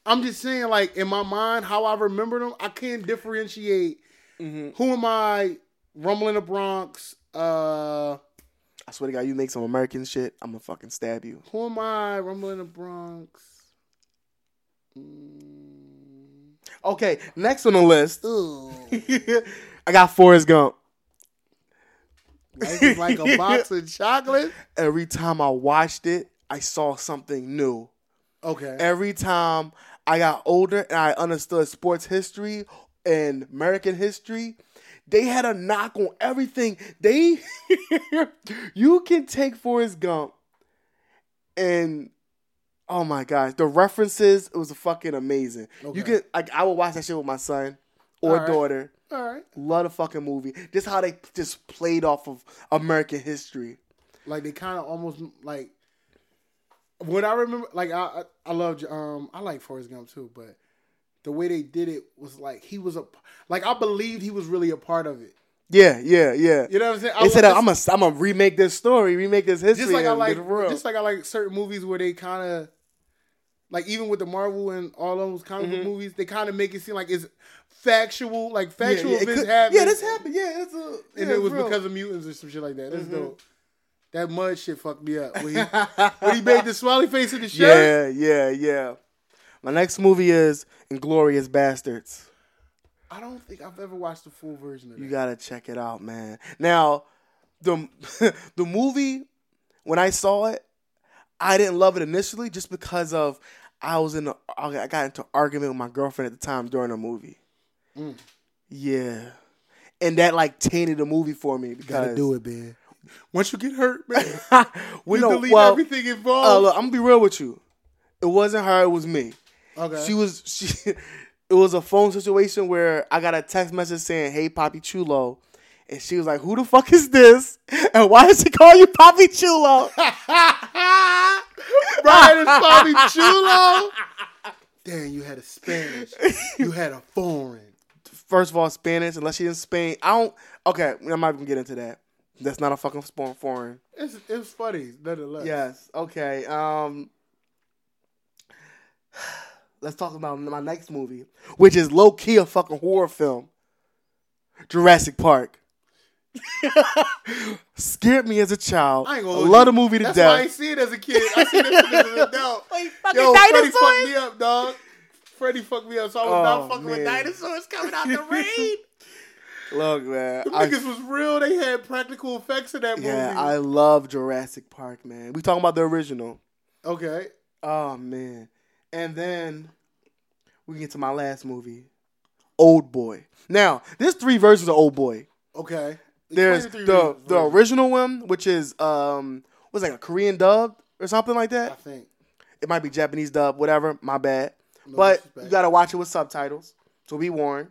I'm just saying like in my mind how I remember them, I can't differentiate Mm-hmm. who am I, Rumble in the Bronx, uh I swear to God, you make some American shit, I'm gonna fucking stab you. who am I, Rumble in the Bronx. Mm, Okay, next on the list, Ugh. I got Forrest Gump. Life is like a box of chocolate. Every time I watched it, I saw something new. Okay. Every time I got older and I understood sports history and American history, They had a knock on everything. They, you can take Forrest Gump, and oh my gosh, the references it was fucking amazing. Okay. You can like I would watch that shit with my son or Alright. daughter. All right. Love the fucking movie. Just how they just played off of American history. Like they kind of almost like what I remember. Like I, I, I love um, I like Forrest Gump too, but the way they did it was like he was a like I believed he was really a part of it. Yeah, yeah, yeah. You know what I'm saying? I They said love- I'm a I'm a remake this story, remake this history. just like I and like get real. just like I like certain movies where they kind of like even with the Marvel and all those comic book movies, they kind of make it seem like it's factual, like yeah, factual yeah, it events could- happened. Yeah, this happened. Yeah, it's a and yeah, it was real. because of mutants or some shit like that. That's dope. That mud shit fucked me up. When he, when he made the smiley face in the shirt. Yeah, yeah, yeah. My next movie is Inglorious Bastards. I don't think I've ever watched the full version of that. You gotta check it out, man. Now, the the movie when I saw it, I didn't love it initially just because of I was in a, I got into argument with my girlfriend at the time during the movie. Mm. Yeah, and that like tainted the movie for me because it, man. Once you get hurt, man, we you know delete well. everything uh, involved. look, I'm gonna be real with you. It wasn't her. It was me. okay. She was she. It was a phone situation where I got a text message saying, "Hey, Poppy Chulo," and she was like, "Who the fuck is this? And why does she call you Poppy Chulo?" Brian is Bobby Chulo. Damn, you had a Spanish. You had a foreign. First of all, Spanish. Unless she's in Spain, I don't. Okay, I'm not gonna get into that. That's not a fucking spawn foreign. It's it's funny nonetheless. Yes. Okay. Um. Let's talk about my next movie, which is low key a fucking horror film. Jurassic Park. Scared me as a child. I I ain't gonna hold love you. the movie to That's why I ain't death. see it as a kid. I seen it as an adult. fucking Yo, Freddy dinosaurs. fucked me up, dog. Freddy fucked me up, so I was Oh, not fucking with man. dinosaurs coming out the rain. Look, man. The I- niggas was real. They had practical effects in that movie. yeah, I love Jurassic Park, man. We talking about the original. okay. Oh man. And then we can get to my last movie, Old Boy. Now, there's three versions of Old Boy. Okay. There's Explain the three the, reasons. original one, which is um was like a Korean dub or something like I that. think. It might be Japanese dub, whatever. My bad. No but disrespect. you gotta watch it with subtitles, so be warned.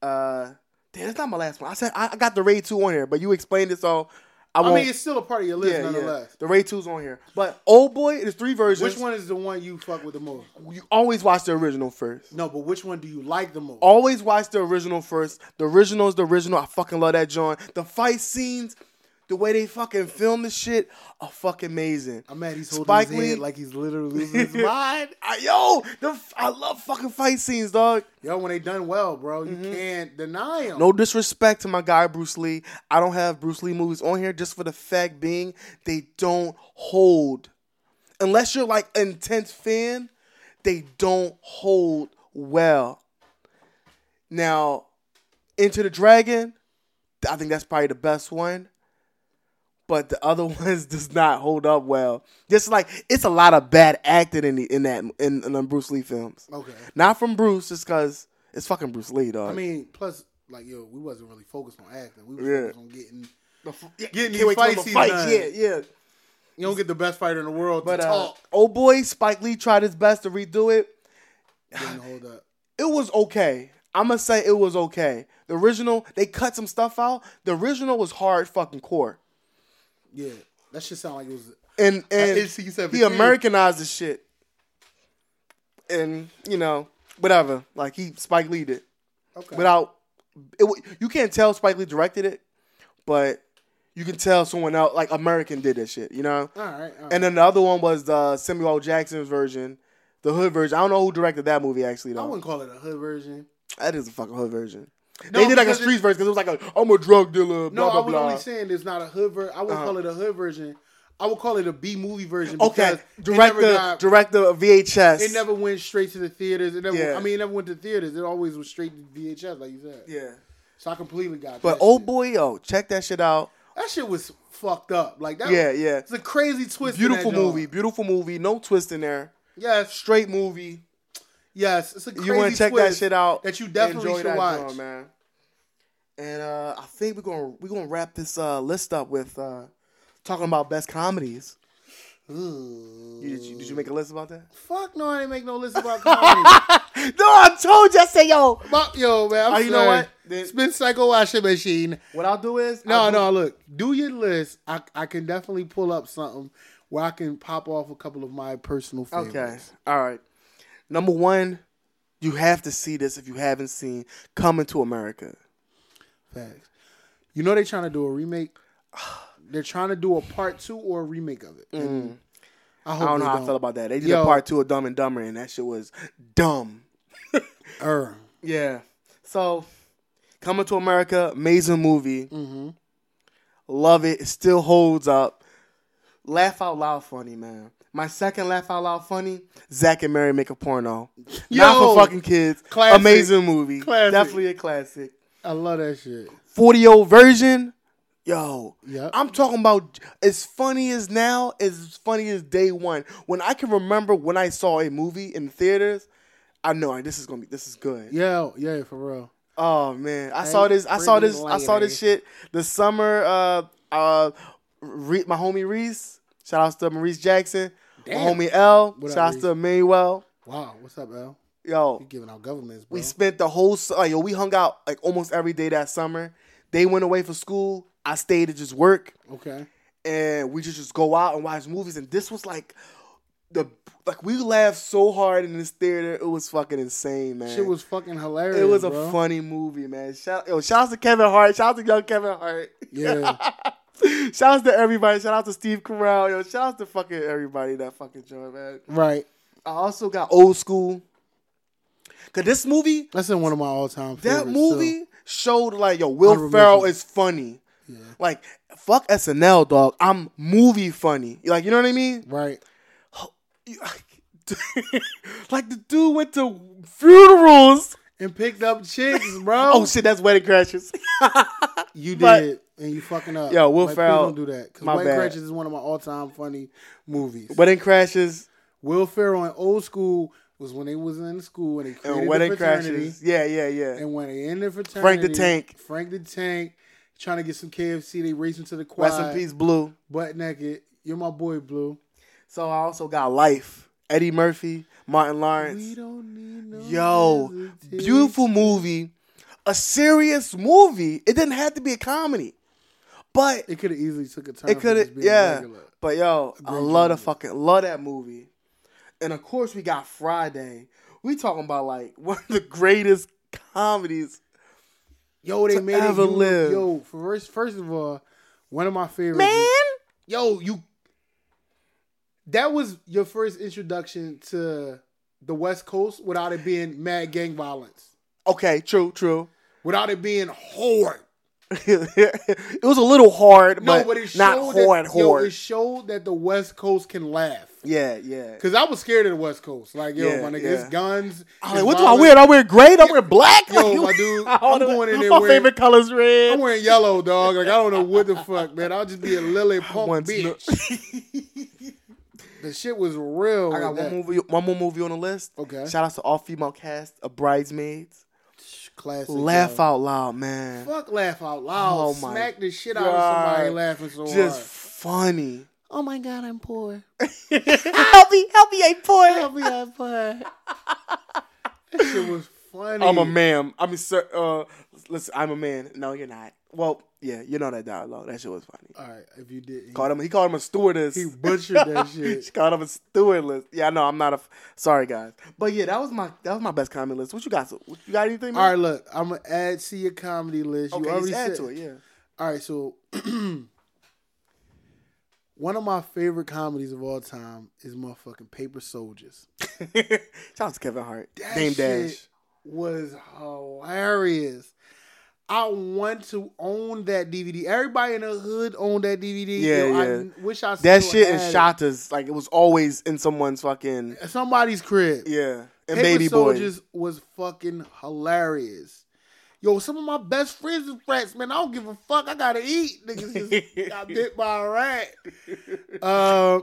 Uh, damn, that's not my last one. I said I, I got the Raid Two on here, but you explained it, so I I won't. mean, it's still a part of your list, yeah, yeah. nonetheless. The Raid Two's on here, but Old Boy, there's three versions. Which one is the one you fuck with the most? You always watch the original first. No, but which one do you like the most? Always watch the original first. The original is the original. I fucking love that John. The fight scenes, the way they fucking film the shit, are fucking amazing. I'm mad he's holding Spike his Lee- head like he's literally losing his mind. I, yo, the, f- I love fucking fight scenes, dog. Yo, when they done well, bro, you can't deny them. No disrespect to my guy Bruce Lee. I don't have Bruce Lee movies on here just for the fact being they don't hold. Unless you're like an intense fan, they don't hold well. Now, Into the Dragon, I think that's probably the best one. But the other ones does not hold up well. Just like it's a lot of bad acting in the, in that in, in the Bruce Lee films. Okay. Not from Bruce, just cause it's fucking Bruce Lee, dog. I mean, plus, like, yo, we wasn't really focused on acting. We was Yeah. focused on getting. getting Getting these these fights, fights he's done. yeah, yeah. You don't get the best fighter in the world But to uh, talk. old boy Spike Lee tried his best to redo it. Didn't hold up. It was okay. I'm gonna say it was okay. The original, they cut some stuff out. The original was hard fucking core, Yeah, that shit sound like it was. and and it's- he said- he Americanized the shit, and you know whatever. Like he Spike Lee did Okay. without it. wa- You can't tell Spike Lee directed it, but you can tell someone else like American did that shit. You know. all right. all right. And then the other one was the Samuel L. Jackson's version, the hood version. I don't know who directed that movie actually I though. wouldn't call it a hood version. That is a fucking hood version. No, they did like a because it- street version because it was like a I'm a drug dealer. No, blah, I was blah, Uh-huh. only blah. saying it's not a hood version. I wouldn't call it a hood version. I would call it a B movie version. Okay, because it direct never the got- direct the VHS. It never went straight to the theaters. It never. Yeah. I mean, it never went to theaters. It always was straight to VHS, like you said. Yeah, So I completely got. but oh- that old shit. boy, yo, check that shit out. that shit was fucked up. Like that. Yeah, yeah. It's a crazy twist. in that Beautiful joint. movie, beautiful movie. No twist in there. Yes, Straight movie. yes. It's a crazy you want to check that twist shit out? That you definitely Enjoy should that watch. joint, man. And uh, I think we're gonna we're gonna wrap this uh, list up with uh, talking about best comedies. You, did, you, did you make a list about that? Fuck no, I didn't make no list about comedy. No, I told you. I said, yo. Fuck yo, man. I'm Oh, you know sorry. what? Then- Spin cycle washing machine. What I'll do is No, I'll do- no, look. Do your list. I I can definitely pull up something where I can pop off a couple of my personal favorites. Okay. All right. Number one, you have to see this if you haven't seen Coming to America. Facts. You know they're trying to do a remake. They're trying to do a part two or a remake of it. And I Mm. I hope don't know they how don't. I felt about that. They did Yo. a part two of Dumb and Dumber, and that shit was dumb. Er. Yeah. So, Coming to America, amazing movie. Mm-hmm. Love it. It still holds up. Laugh out loud funny, man. My second laugh out loud funny, Zach and Mary make a porno. Not Yo. for fucking kids. Classic. Amazing movie. Classic. Definitely a classic. I love that shit. 40 year old version. Yo, Yep. I'm talking about as funny as now, as funny as day one. When I can remember when I saw a movie in theaters, I know like, this is gonna be this is good. Yeah, yeah, for real. Oh man, I Hey, saw this. I saw pretty this. I saw this shit the summer. Uh, uh, Re- my homie Reese. Shout outs to Maurice Jackson. Damn. My homie L. What up, Shout outs to Manuel. Wow, what's up, L? Yo, You giving out governments, bro? we spent the whole su- like, yo, we hung out like almost every day that summer. They went away for school. I stayed to just work, okay. and we just just go out and watch movies. And this was like the like we laughed so hard in this theater. It was fucking insane, man. Shit was fucking hilarious. it was a bro. funny movie, man. Shout yo, shout out to Kevin Hart. Shout out to young Kevin Hart. Yeah. shout out to everybody. Shout out to Steve Carell. Yo, shout out to fucking everybody that fucking joined, man. right. I also got old school. Cause this movie That's in one of my all time favorites. that movie too. showed like yo Honorable Will Ferrell mentions. is funny. Like fuck SNL dog. I'm movie funny. Like you know what I mean? Right. like the dude went to funerals. And picked up chicks, bro. Oh shit, that's Wedding Crashers. You But- did, and you fucking up. Yo, Will please Ferrell, don't do that. Because my Wedding bad. Crashers is one of my all-time funny movies. Wedding Crashes Will Ferrell in Old School was when they was in school and they created and Wedding the fraternity. Crashes. Yeah, yeah, yeah. And when they in the fraternity, Tank. Frank the Tank, trying to get some KFC, they racing to the quad, Rest in peace, Blue. butt naked. You're my boy, Blue. So I also got Life. Eddie Murphy, Martin We Lawrence. don't need no Yo, hesitation. beautiful movie. A serious movie. It didn't have to be a comedy. But It could have easily took a turn. It could have, yeah. But yo, I love the fucking love that movie. And of course, we got Friday. We talking about like one of the greatest comedies. Yo, they to made it. ever You, live. Yo, first, first of all, one of my favorites. yo, you. That was your first introduction to the West Coast without it being mad gang violence, Okay, true, true. without it being hard. it was a little hard, No, but, but, it not showed hard, that, Yo, hard. it showed that the West Coast can laugh. yeah, yeah. Cause I was scared of the West Coast. Like, yo, Yeah, my nigga, yeah. it's guns. I'm it's like, what do I violence. wear? Do I wear gray? Do I wear black? Yo, Like, my dude, I don't I'm know. going in there My wearing- favorite color's red. I'm wearing yellow, dog. Like, I don't know what the fuck, man. I'll just be a lily punk Once no- bitch. the shit was real. I got with one that. movie, one more movie on the list. Okay. Shout out to all female cast of Bridesmaids. Classic. Laugh yo. out loud, man. Fuck laugh out loud. Oh my Smack the shit out of somebody God. laughing so Just hard. funny. Oh my god, I'm poor. help me, help me, ain't poor. Help me, I'm poor. that shit was funny. I'm a man. I mean, sir. Uh, listen, I'm a man. No, you're not. Well, yeah, you know that dialogue. That shit was funny. All right, if you didn't, Called him. He called him a stewardess. he butchered that shit. she called him a stewardess. Yeah, no, I'm not a. Sorry, guys. But yeah, that was my that was my best comment list. What you got? What- You got anything? All Man? right, look, I'm gonna add to your comedy list. Okay, you already just add said to it. Yeah. All right, so one of my favorite comedies of all time is motherfucking Paper Soldiers. Shout out to Kevin Hart. That Name shit Dash. was hilarious. I want to own that DVD. Everybody in the hood owned that DVD. Yeah, Yo, I yeah. n- wish I That still shit had and it. Shotas, like it was always in someone's fucking At somebody's crib. yeah. And Paper Baby Boy. Soldiers was fucking hilarious. Yo, some of my best friends is rats, man. I don't give a fuck. I gotta eat. Niggas just got bit by a rat. Uh, else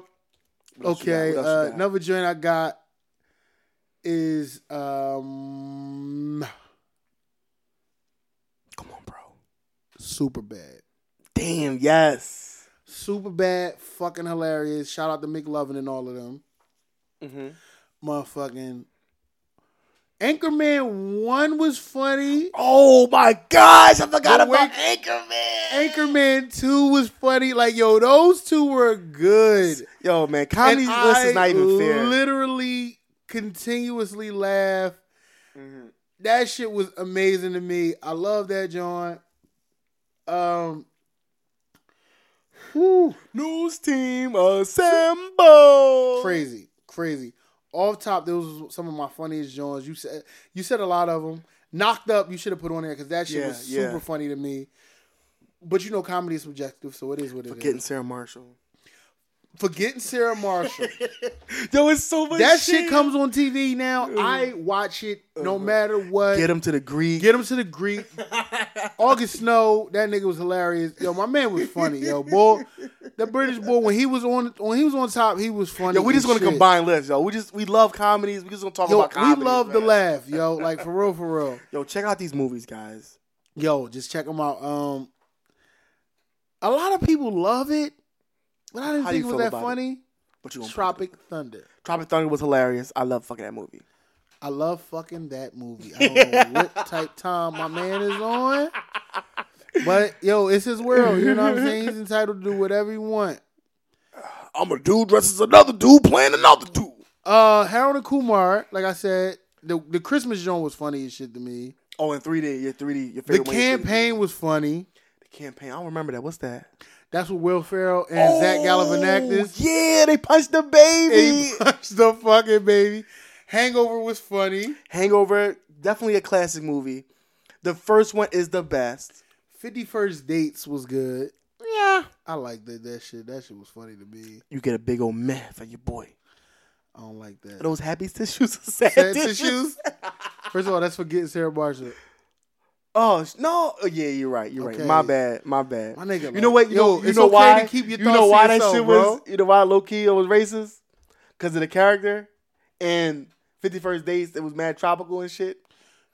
you okay, got? What else you uh, got? another joint I got is um, Come on, bro. super bad. Damn, yes. Super bad, fucking hilarious. Shout out to McLovin and all of them. Mm-hmm. Motherfucking Anchorman one was funny. Oh my gosh, I forgot The about way- Anchorman. Anchorman two was funny. Like yo, those two were good. Yo, man, comedy And list is I not even fair. Literally continuously laugh. Mm-hmm. That shit was amazing to me. I love that, John. Um, whew, News team assemble. crazy, crazy. Off top, those was some of my funniest Johns. You said you said a lot of them. Knocked up, you should have put on there because that shit Yeah, was super yeah. funny to me. But you know, comedy is subjective, so it is what it is. Getting Sarah Marshall. Forgetting Sarah Marshall. Yo, it's so much. that shit comes on TV now. I watch it no matter what. Uh-huh. Get him to the Greek. Get him to the Greek. August Snow, that nigga was hilarious. Yo, my man was funny. Yo, boy, the British boy when he was on when he was on top, he was funny. Yo, we just as gonna shit. combine lists, yo. We just we love comedies. We just gonna talk Yo, about comedies. we love man. the laugh, yo. Like for real, for real. Yo, check out these movies, guys. Yo, just check them out. Um, a lot of people love it, but I didn't How do think it you was feel that about it? funny. What you gonna Tropic Thunder. Tropic Thunder was hilarious. I love fucking that movie. I love fucking that movie. I don't know what type time my man is on. But yo, it's his world. You know what I'm saying? He's entitled to do whatever he want. I'm a dude dresses another dude playing another dude. Uh Harold and Kumar, like I said, the the Christmas joint was funny as shit to me. Oh, in 3D, your 3D, your The favorite. way in 3D. campaign was funny. The campaign. I don't remember that. What's that? Oh, That's with Will Ferrell and Zach Galifianakis. Yeah, they punched the He baby. punched the fucking baby. Hangover was funny. Hangover, definitely a classic movie. The first one is the best. Fifty First Dates was good. Yeah. I liked that, that shit. That shit was funny to me. You get a big old man for your boy. I don't like that. Are those happy tissues or sad, Sad tissues? tissues. First of all, that's for getting Sarah Marshall. Oh sh- no! Oh, yeah, you're right. You're Okay. right. My bad. My bad. My nigga, You know like, what? You yo, know, you it's know okay why? to keep your you thoughts know to why that yourself, shit was? bro. You know why low key it was racist? Because of the character and Fifty First Dates. It was mad tropical and shit.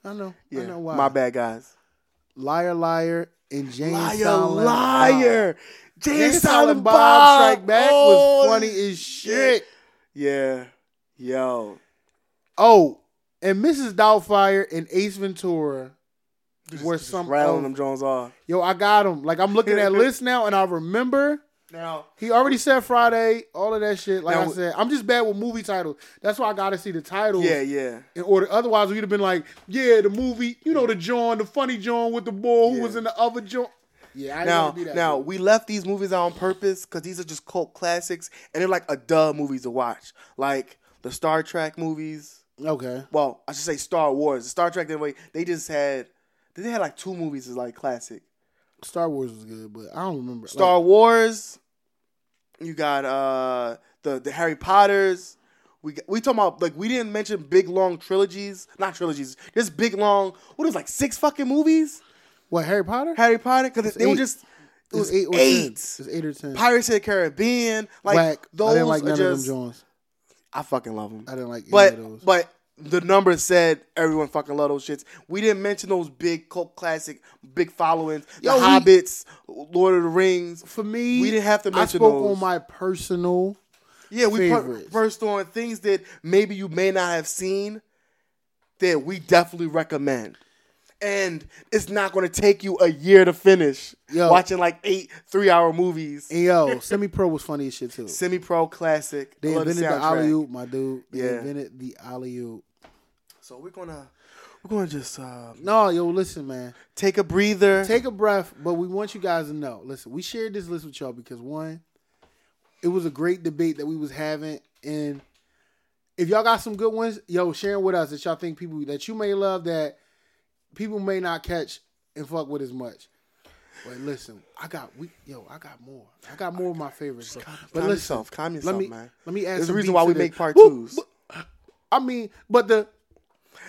I know. Yeah. I know why. My bad, guys. Liar, liar, and James Liar, Silent Bob. liar. James James Silent Silent Bob, Bob Strike Back was Holy funny as shit. Yeah. Yo. Oh, and Mrs. Doubtfire and Ace Ventura were some. Rattling of- them Jones off. yo, I got him. Like I'm looking at lists now, and I remember Now, he already said Friday. All of that shit. Like Now- I said, I'm just bad with movie titles. That's why I got to see the titles. yeah, yeah. In order, otherwise we'd have been like, yeah, the movie, you know, the John, the funny John with the boy who Yeah. was in the other John. Yeah, I didn't Now, wanna be that now dude. we left these movies out on purpose because these are just cult classics and they're like a duh movies to watch, like the Star Trek movies. okay. Well, I should say Star Wars. The Star Trek, they like, they just had, they had like two movies as like classic. Star Wars was good, but I don't remember. Star Like, Wars. You got uh the the Harry Potter's. We got, we talking about like we didn't mention big long trilogies, not trilogies. Just big long. What it was like six fucking movies? what Harry Potter? Harry Potter because they were eight. just it was It's eight. or ten. It's eight or ten. Pirates of the Caribbean. Like Whack. those I didn't like are none just of them Johns. I fucking love them. I didn't like any but of those. but the numbers said everyone fucking love those shits. We didn't mention those big cult classic, big followings, Yo, the we- Hobbits, Lord of the Rings. For me, we didn't have to I mention spoke those. on my personal. Yeah, we per- favorites. first on things that maybe you may not have seen that we definitely recommend. And it's not going to take you a year to finish Yo. watching like eight three hour movies. And yo, Semi Pro was funny as shit too. Semi pro classic. They I love invented the soundtrack. alley oop, my dude. They Yeah. invented the alley oop. So we're gonna we're gonna just uh, No, yo, listen, man. take a breather. Take a breath, but we want you guys to know. Listen, we shared this list with y'all because one, it was a great debate that we was having, and if y'all got some good ones, yo, share 'em with us that y'all think people that you may love that people may not catch and fuck with as much. But listen, I got we yo, I got more. I got more of my favorites. bro. but calm listen, yourself, calm let yourself, me, man. Let me add There's a some reason beat why to we this. make part Woo, twos. woo. I mean, but the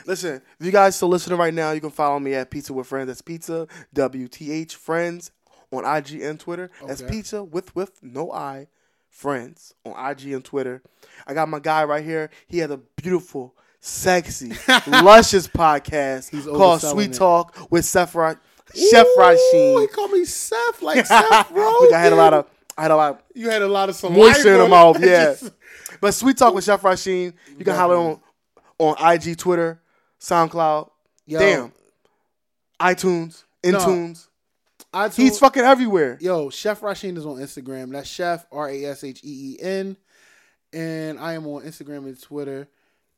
Listen, if you guys still listening right now, you can follow me at Pizza with Friends. That's Pizza WTH Friends on IG and Twitter. That's Okay. Pizza with with no I Friends on IG and Twitter. I got my guy right here. He had a beautiful, sexy, luscious podcast He's called overselling Sweet it. Talk with Sephiroth. Chef Ooh, he Rasheen. called me Seth, like Seth Rogen. Which I had a lot of. I had a lot of You had a lot of saliva. moisture in the mouth. That Yeah. just- But sweet talk with Chef Rasheen. You can holler on on IG, Twitter, SoundCloud. Yo. Damn. iTunes, Intunes. I told, He's fucking everywhere. Yo, Chef Rasheen is on Instagram. That's Chef R A S H E E N, and I am on Instagram and Twitter,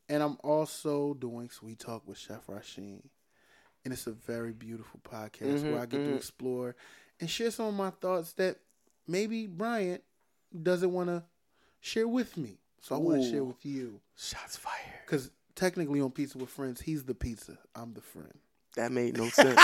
and I'm also doing Sweet Talk with Chef Rasheen, and it's a very beautiful podcast where I Mm-hmm, get to explore and share some of my thoughts that maybe Bryant doesn't want to share with me. So I want to share with you Shots fired. because technically on Pizza with Friends, he's the pizza, I'm the friend. That made no sense.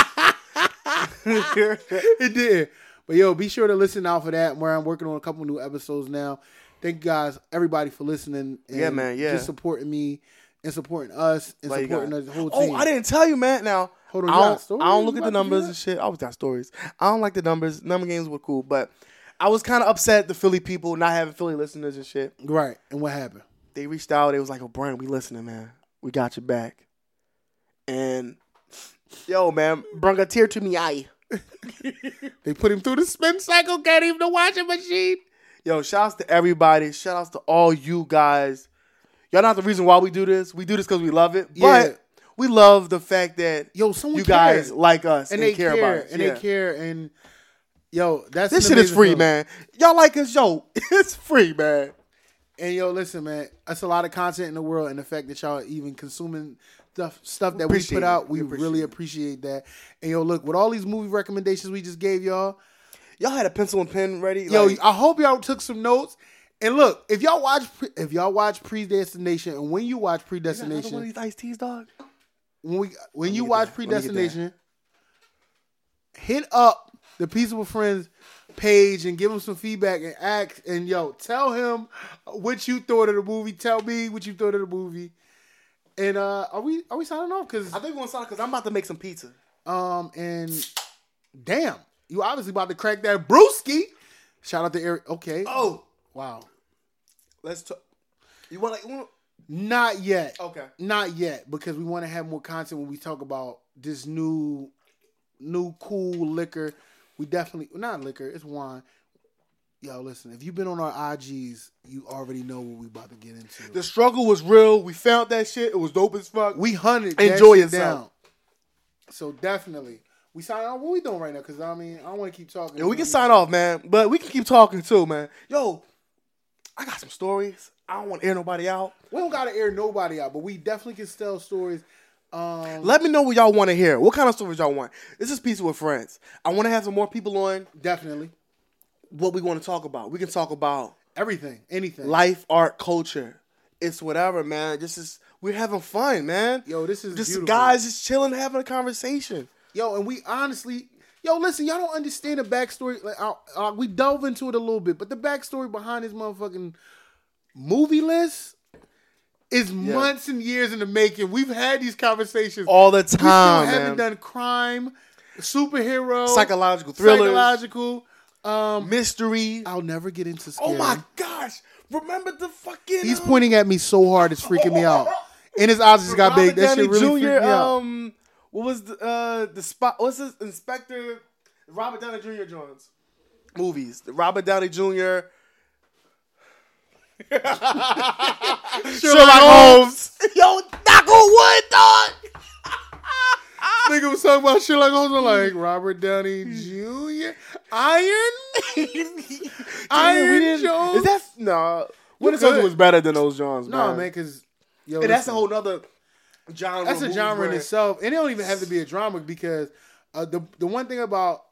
it did. But yo, be sure to listen out for that. Where I'm working on a couple new episodes now. Thank you guys, everybody, for listening. And Yeah, man, yeah. just supporting me and supporting us and Why you supporting got- the whole team. Oh, I didn't tell you, man. Now, Hold on, you I got don't, stories I don't look at about the to do numbers that? and shit. I always got stories. I don't like the numbers. Number games were cool, but I was kind of upset the Philly people not having Philly listeners and shit. Right, and what happened? They reached out. It was like, "Oh, Brian, we listening, man. We got your back." And yo, man, brung a tear to me eye. They put him through the spin cycle. Can't even the washing machine. Yo, shout outs to everybody. Shout outs to all you guys. Y'all not the reason why we do this. We do this because we love it. But Yeah. we love the fact that Yo, someone you guys cared. like us And and, they care, care, about us. and Yeah. they care, and yo, that's This an shit is amazing free, feeling. man. Y'all like us, yo. It's free, man. And yo, listen, man, that's a lot of content in the world, and the fact that y'all even consuming stuff stuff that Appreciate we it. put out, we We appreciate really it. appreciate that. And yo, look, with all these movie recommendations we just gave y'all, Y'all had a pencil and pen ready. yo, like, I hope y'all took some notes. And look, if y'all watch pre- if y'all watch Predestination, and when you watch got another one of Predestination, these iced teas, dog. when we when you get watch that. Let me get that. Predestination, hit up the Peaceable Friends page and give him some feedback and ask and yo tell him what you thought of the movie. Tell me what you thought of the movie. And uh, are we are we signing off? Cause I think we're gonna start because I'm about to make some pizza. um and damn, you obviously about to crack that brewski. Shout out to Eric. Okay. Oh, wow. let's talk. You want like? Not yet. Okay. Not yet, because we want to have more content when we talk about this new, new cool liquor. We definitely not liquor. It's wine. Yo, listen. If you've been on our IGs, you already know what we about to get into. The struggle was real. We found that shit. It was dope as fuck. we hunted. Enjoy Enjoy it yourself. down. So definitely, we sign off. What we doing right now? Because I mean, I don't want to keep talking. Yeah, we can sign off, man. But we can keep talking too, man. Yo, I got some stories. I don't want to air nobody out. We don't gotta air nobody out, but we definitely can tell stories. Um, Let me know what y'all want to hear. What kind of stories y'all want? This is pizza with friends. I want to have some more people on. definitely What we want to talk about? We can talk about everything, anything. life, art, culture. It's whatever, man. This is we're having fun, man. Yo, this is just beautiful. guys just chilling, having a conversation. Yo, and we honestly, yo, listen, y'all don't understand the backstory. Like, I, I, we delve into it a little bit, but the backstory behind this motherfucking movie list is months and years in the making. We've had these conversations All the We still time, man. haven't done crime, superhero, Psychological thrillers. psychological. Um, Mystery. I'll never get into. Scary. oh my gosh! Remember the fucking. He's um, pointing at me so hard, it's freaking me out. And his eyes just got big. Robert That Downey shit really Jr. freaked me out. Um, what was the uh, the spot? What's this Inspector Robert Downey Jr. Jones movies? The Robert Downey Jr. Sherlock Holmes. Yo, knock on wood, dog. Nigga was talking about shit like I was like Robert Downey Jr. Iron, Damn, we Iron didn't- Jones. Is that no? Winter could. Soldier was better than those Johns, no man. man? Because yo, and that's a listen, whole nother genre. That's a movie genre in where- itself, and it don't even have to be a drama because uh, the the one thing about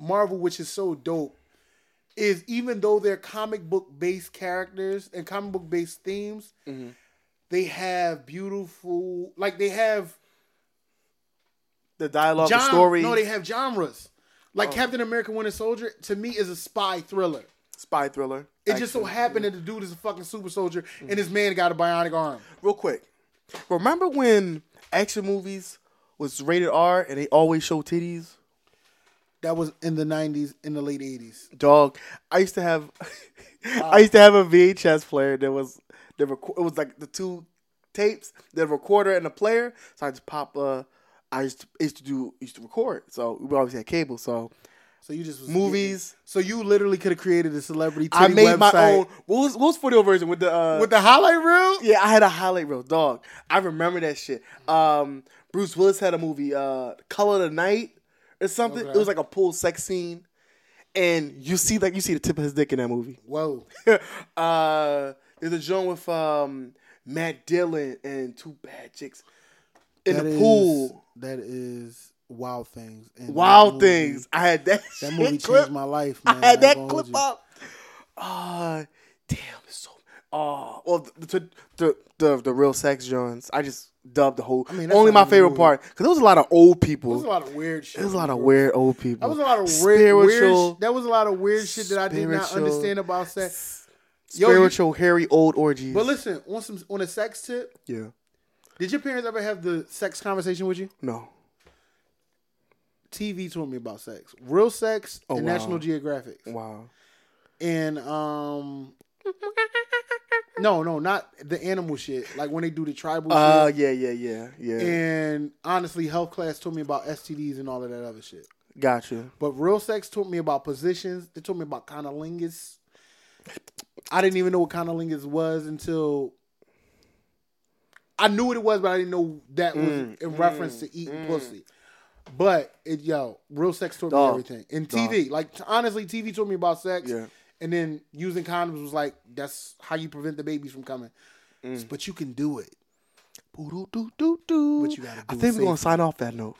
Marvel, which is so dope, is even though they're comic book based characters and comic book based themes, Mm-hmm. they have beautiful like they have The dialogue, the Gen- story, Oh. No, they have genres. Like Captain America Winter Soldier to me is a spy thriller. spy thriller. It just so happened that the dude is a fucking super soldier Mm-hmm. and his man got a bionic arm. real quick. Remember when action movies was rated R and they always show titties? That was in the 90s, in the late 80s. Dog, I used to have, I used to have a VHS player that was the record. It was like the two tapes, the recorder and the player. So I just pop uh, I used to, used to do used to record, so we always had cable. So So you just was movies. So you literally could have created a celebrity. I titty made my website own. What was what was for the version with the uh, with the highlight reel. Yeah, I had a highlight reel, dog. I remember that shit. Um, Bruce Willis had a movie, uh, Color of the Night, or something. It Okay. was like a pool sex scene, and you see like you see the tip of his dick in that movie. Whoa, uh, there's a joint with um Matt Dillon and two bad chicks in That the is- pool. That is wild things. And Wild that movie- things. I had that. That shit movie changed clip. my life, I man. had I ain't that gonna hold clip you. up. Uh damn, it's so. Oh, well, the the, the the the real sex Johns. I just dubbed the whole. mean, that's only not my even a favorite movie. part because there was a lot of old people. There was a lot of weird shit. There was a lot of bro. weird old people. That was a lot of weird, spiritual, weird. sh- That was a lot of weird shit that I did not spiritual- understand about sex. Yo, you- spiritual, hairy old orgies. But listen, on some on a sex tip, yeah, did your parents ever have the sex conversation with you? no, TV told me about sex, real sex, Oh, and wow. National Geographic, wow, and um. No, no, not the animal shit. Like when they do the tribal uh, shit. yeah, yeah, yeah, yeah. And honestly, health class told me about STDs and all of that other shit. Got you. But real sex taught me about positions. They told me about conolingus. I didn't even know what conolingus was until I knew what it was, but I didn't know that was in reference to eating pussy. But it, yo, real sex taught Dog. me everything. And TV, like t- honestly, TV taught me about sex. Yeah. And then using condoms was like that's how you prevent the babies from coming. But you can do it. Boo-doo-doo-doo-doo. But you gotta I do it think we're gonna safely. sign off that note.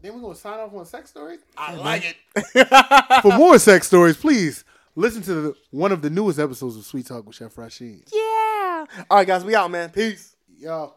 Then we're gonna sign off on sex stories. I like it. For more sex stories, please listen to the, one of the newest episodes of Sweet Talk with Chef Rashid. All right, guys, we out, man. Peace. Yo.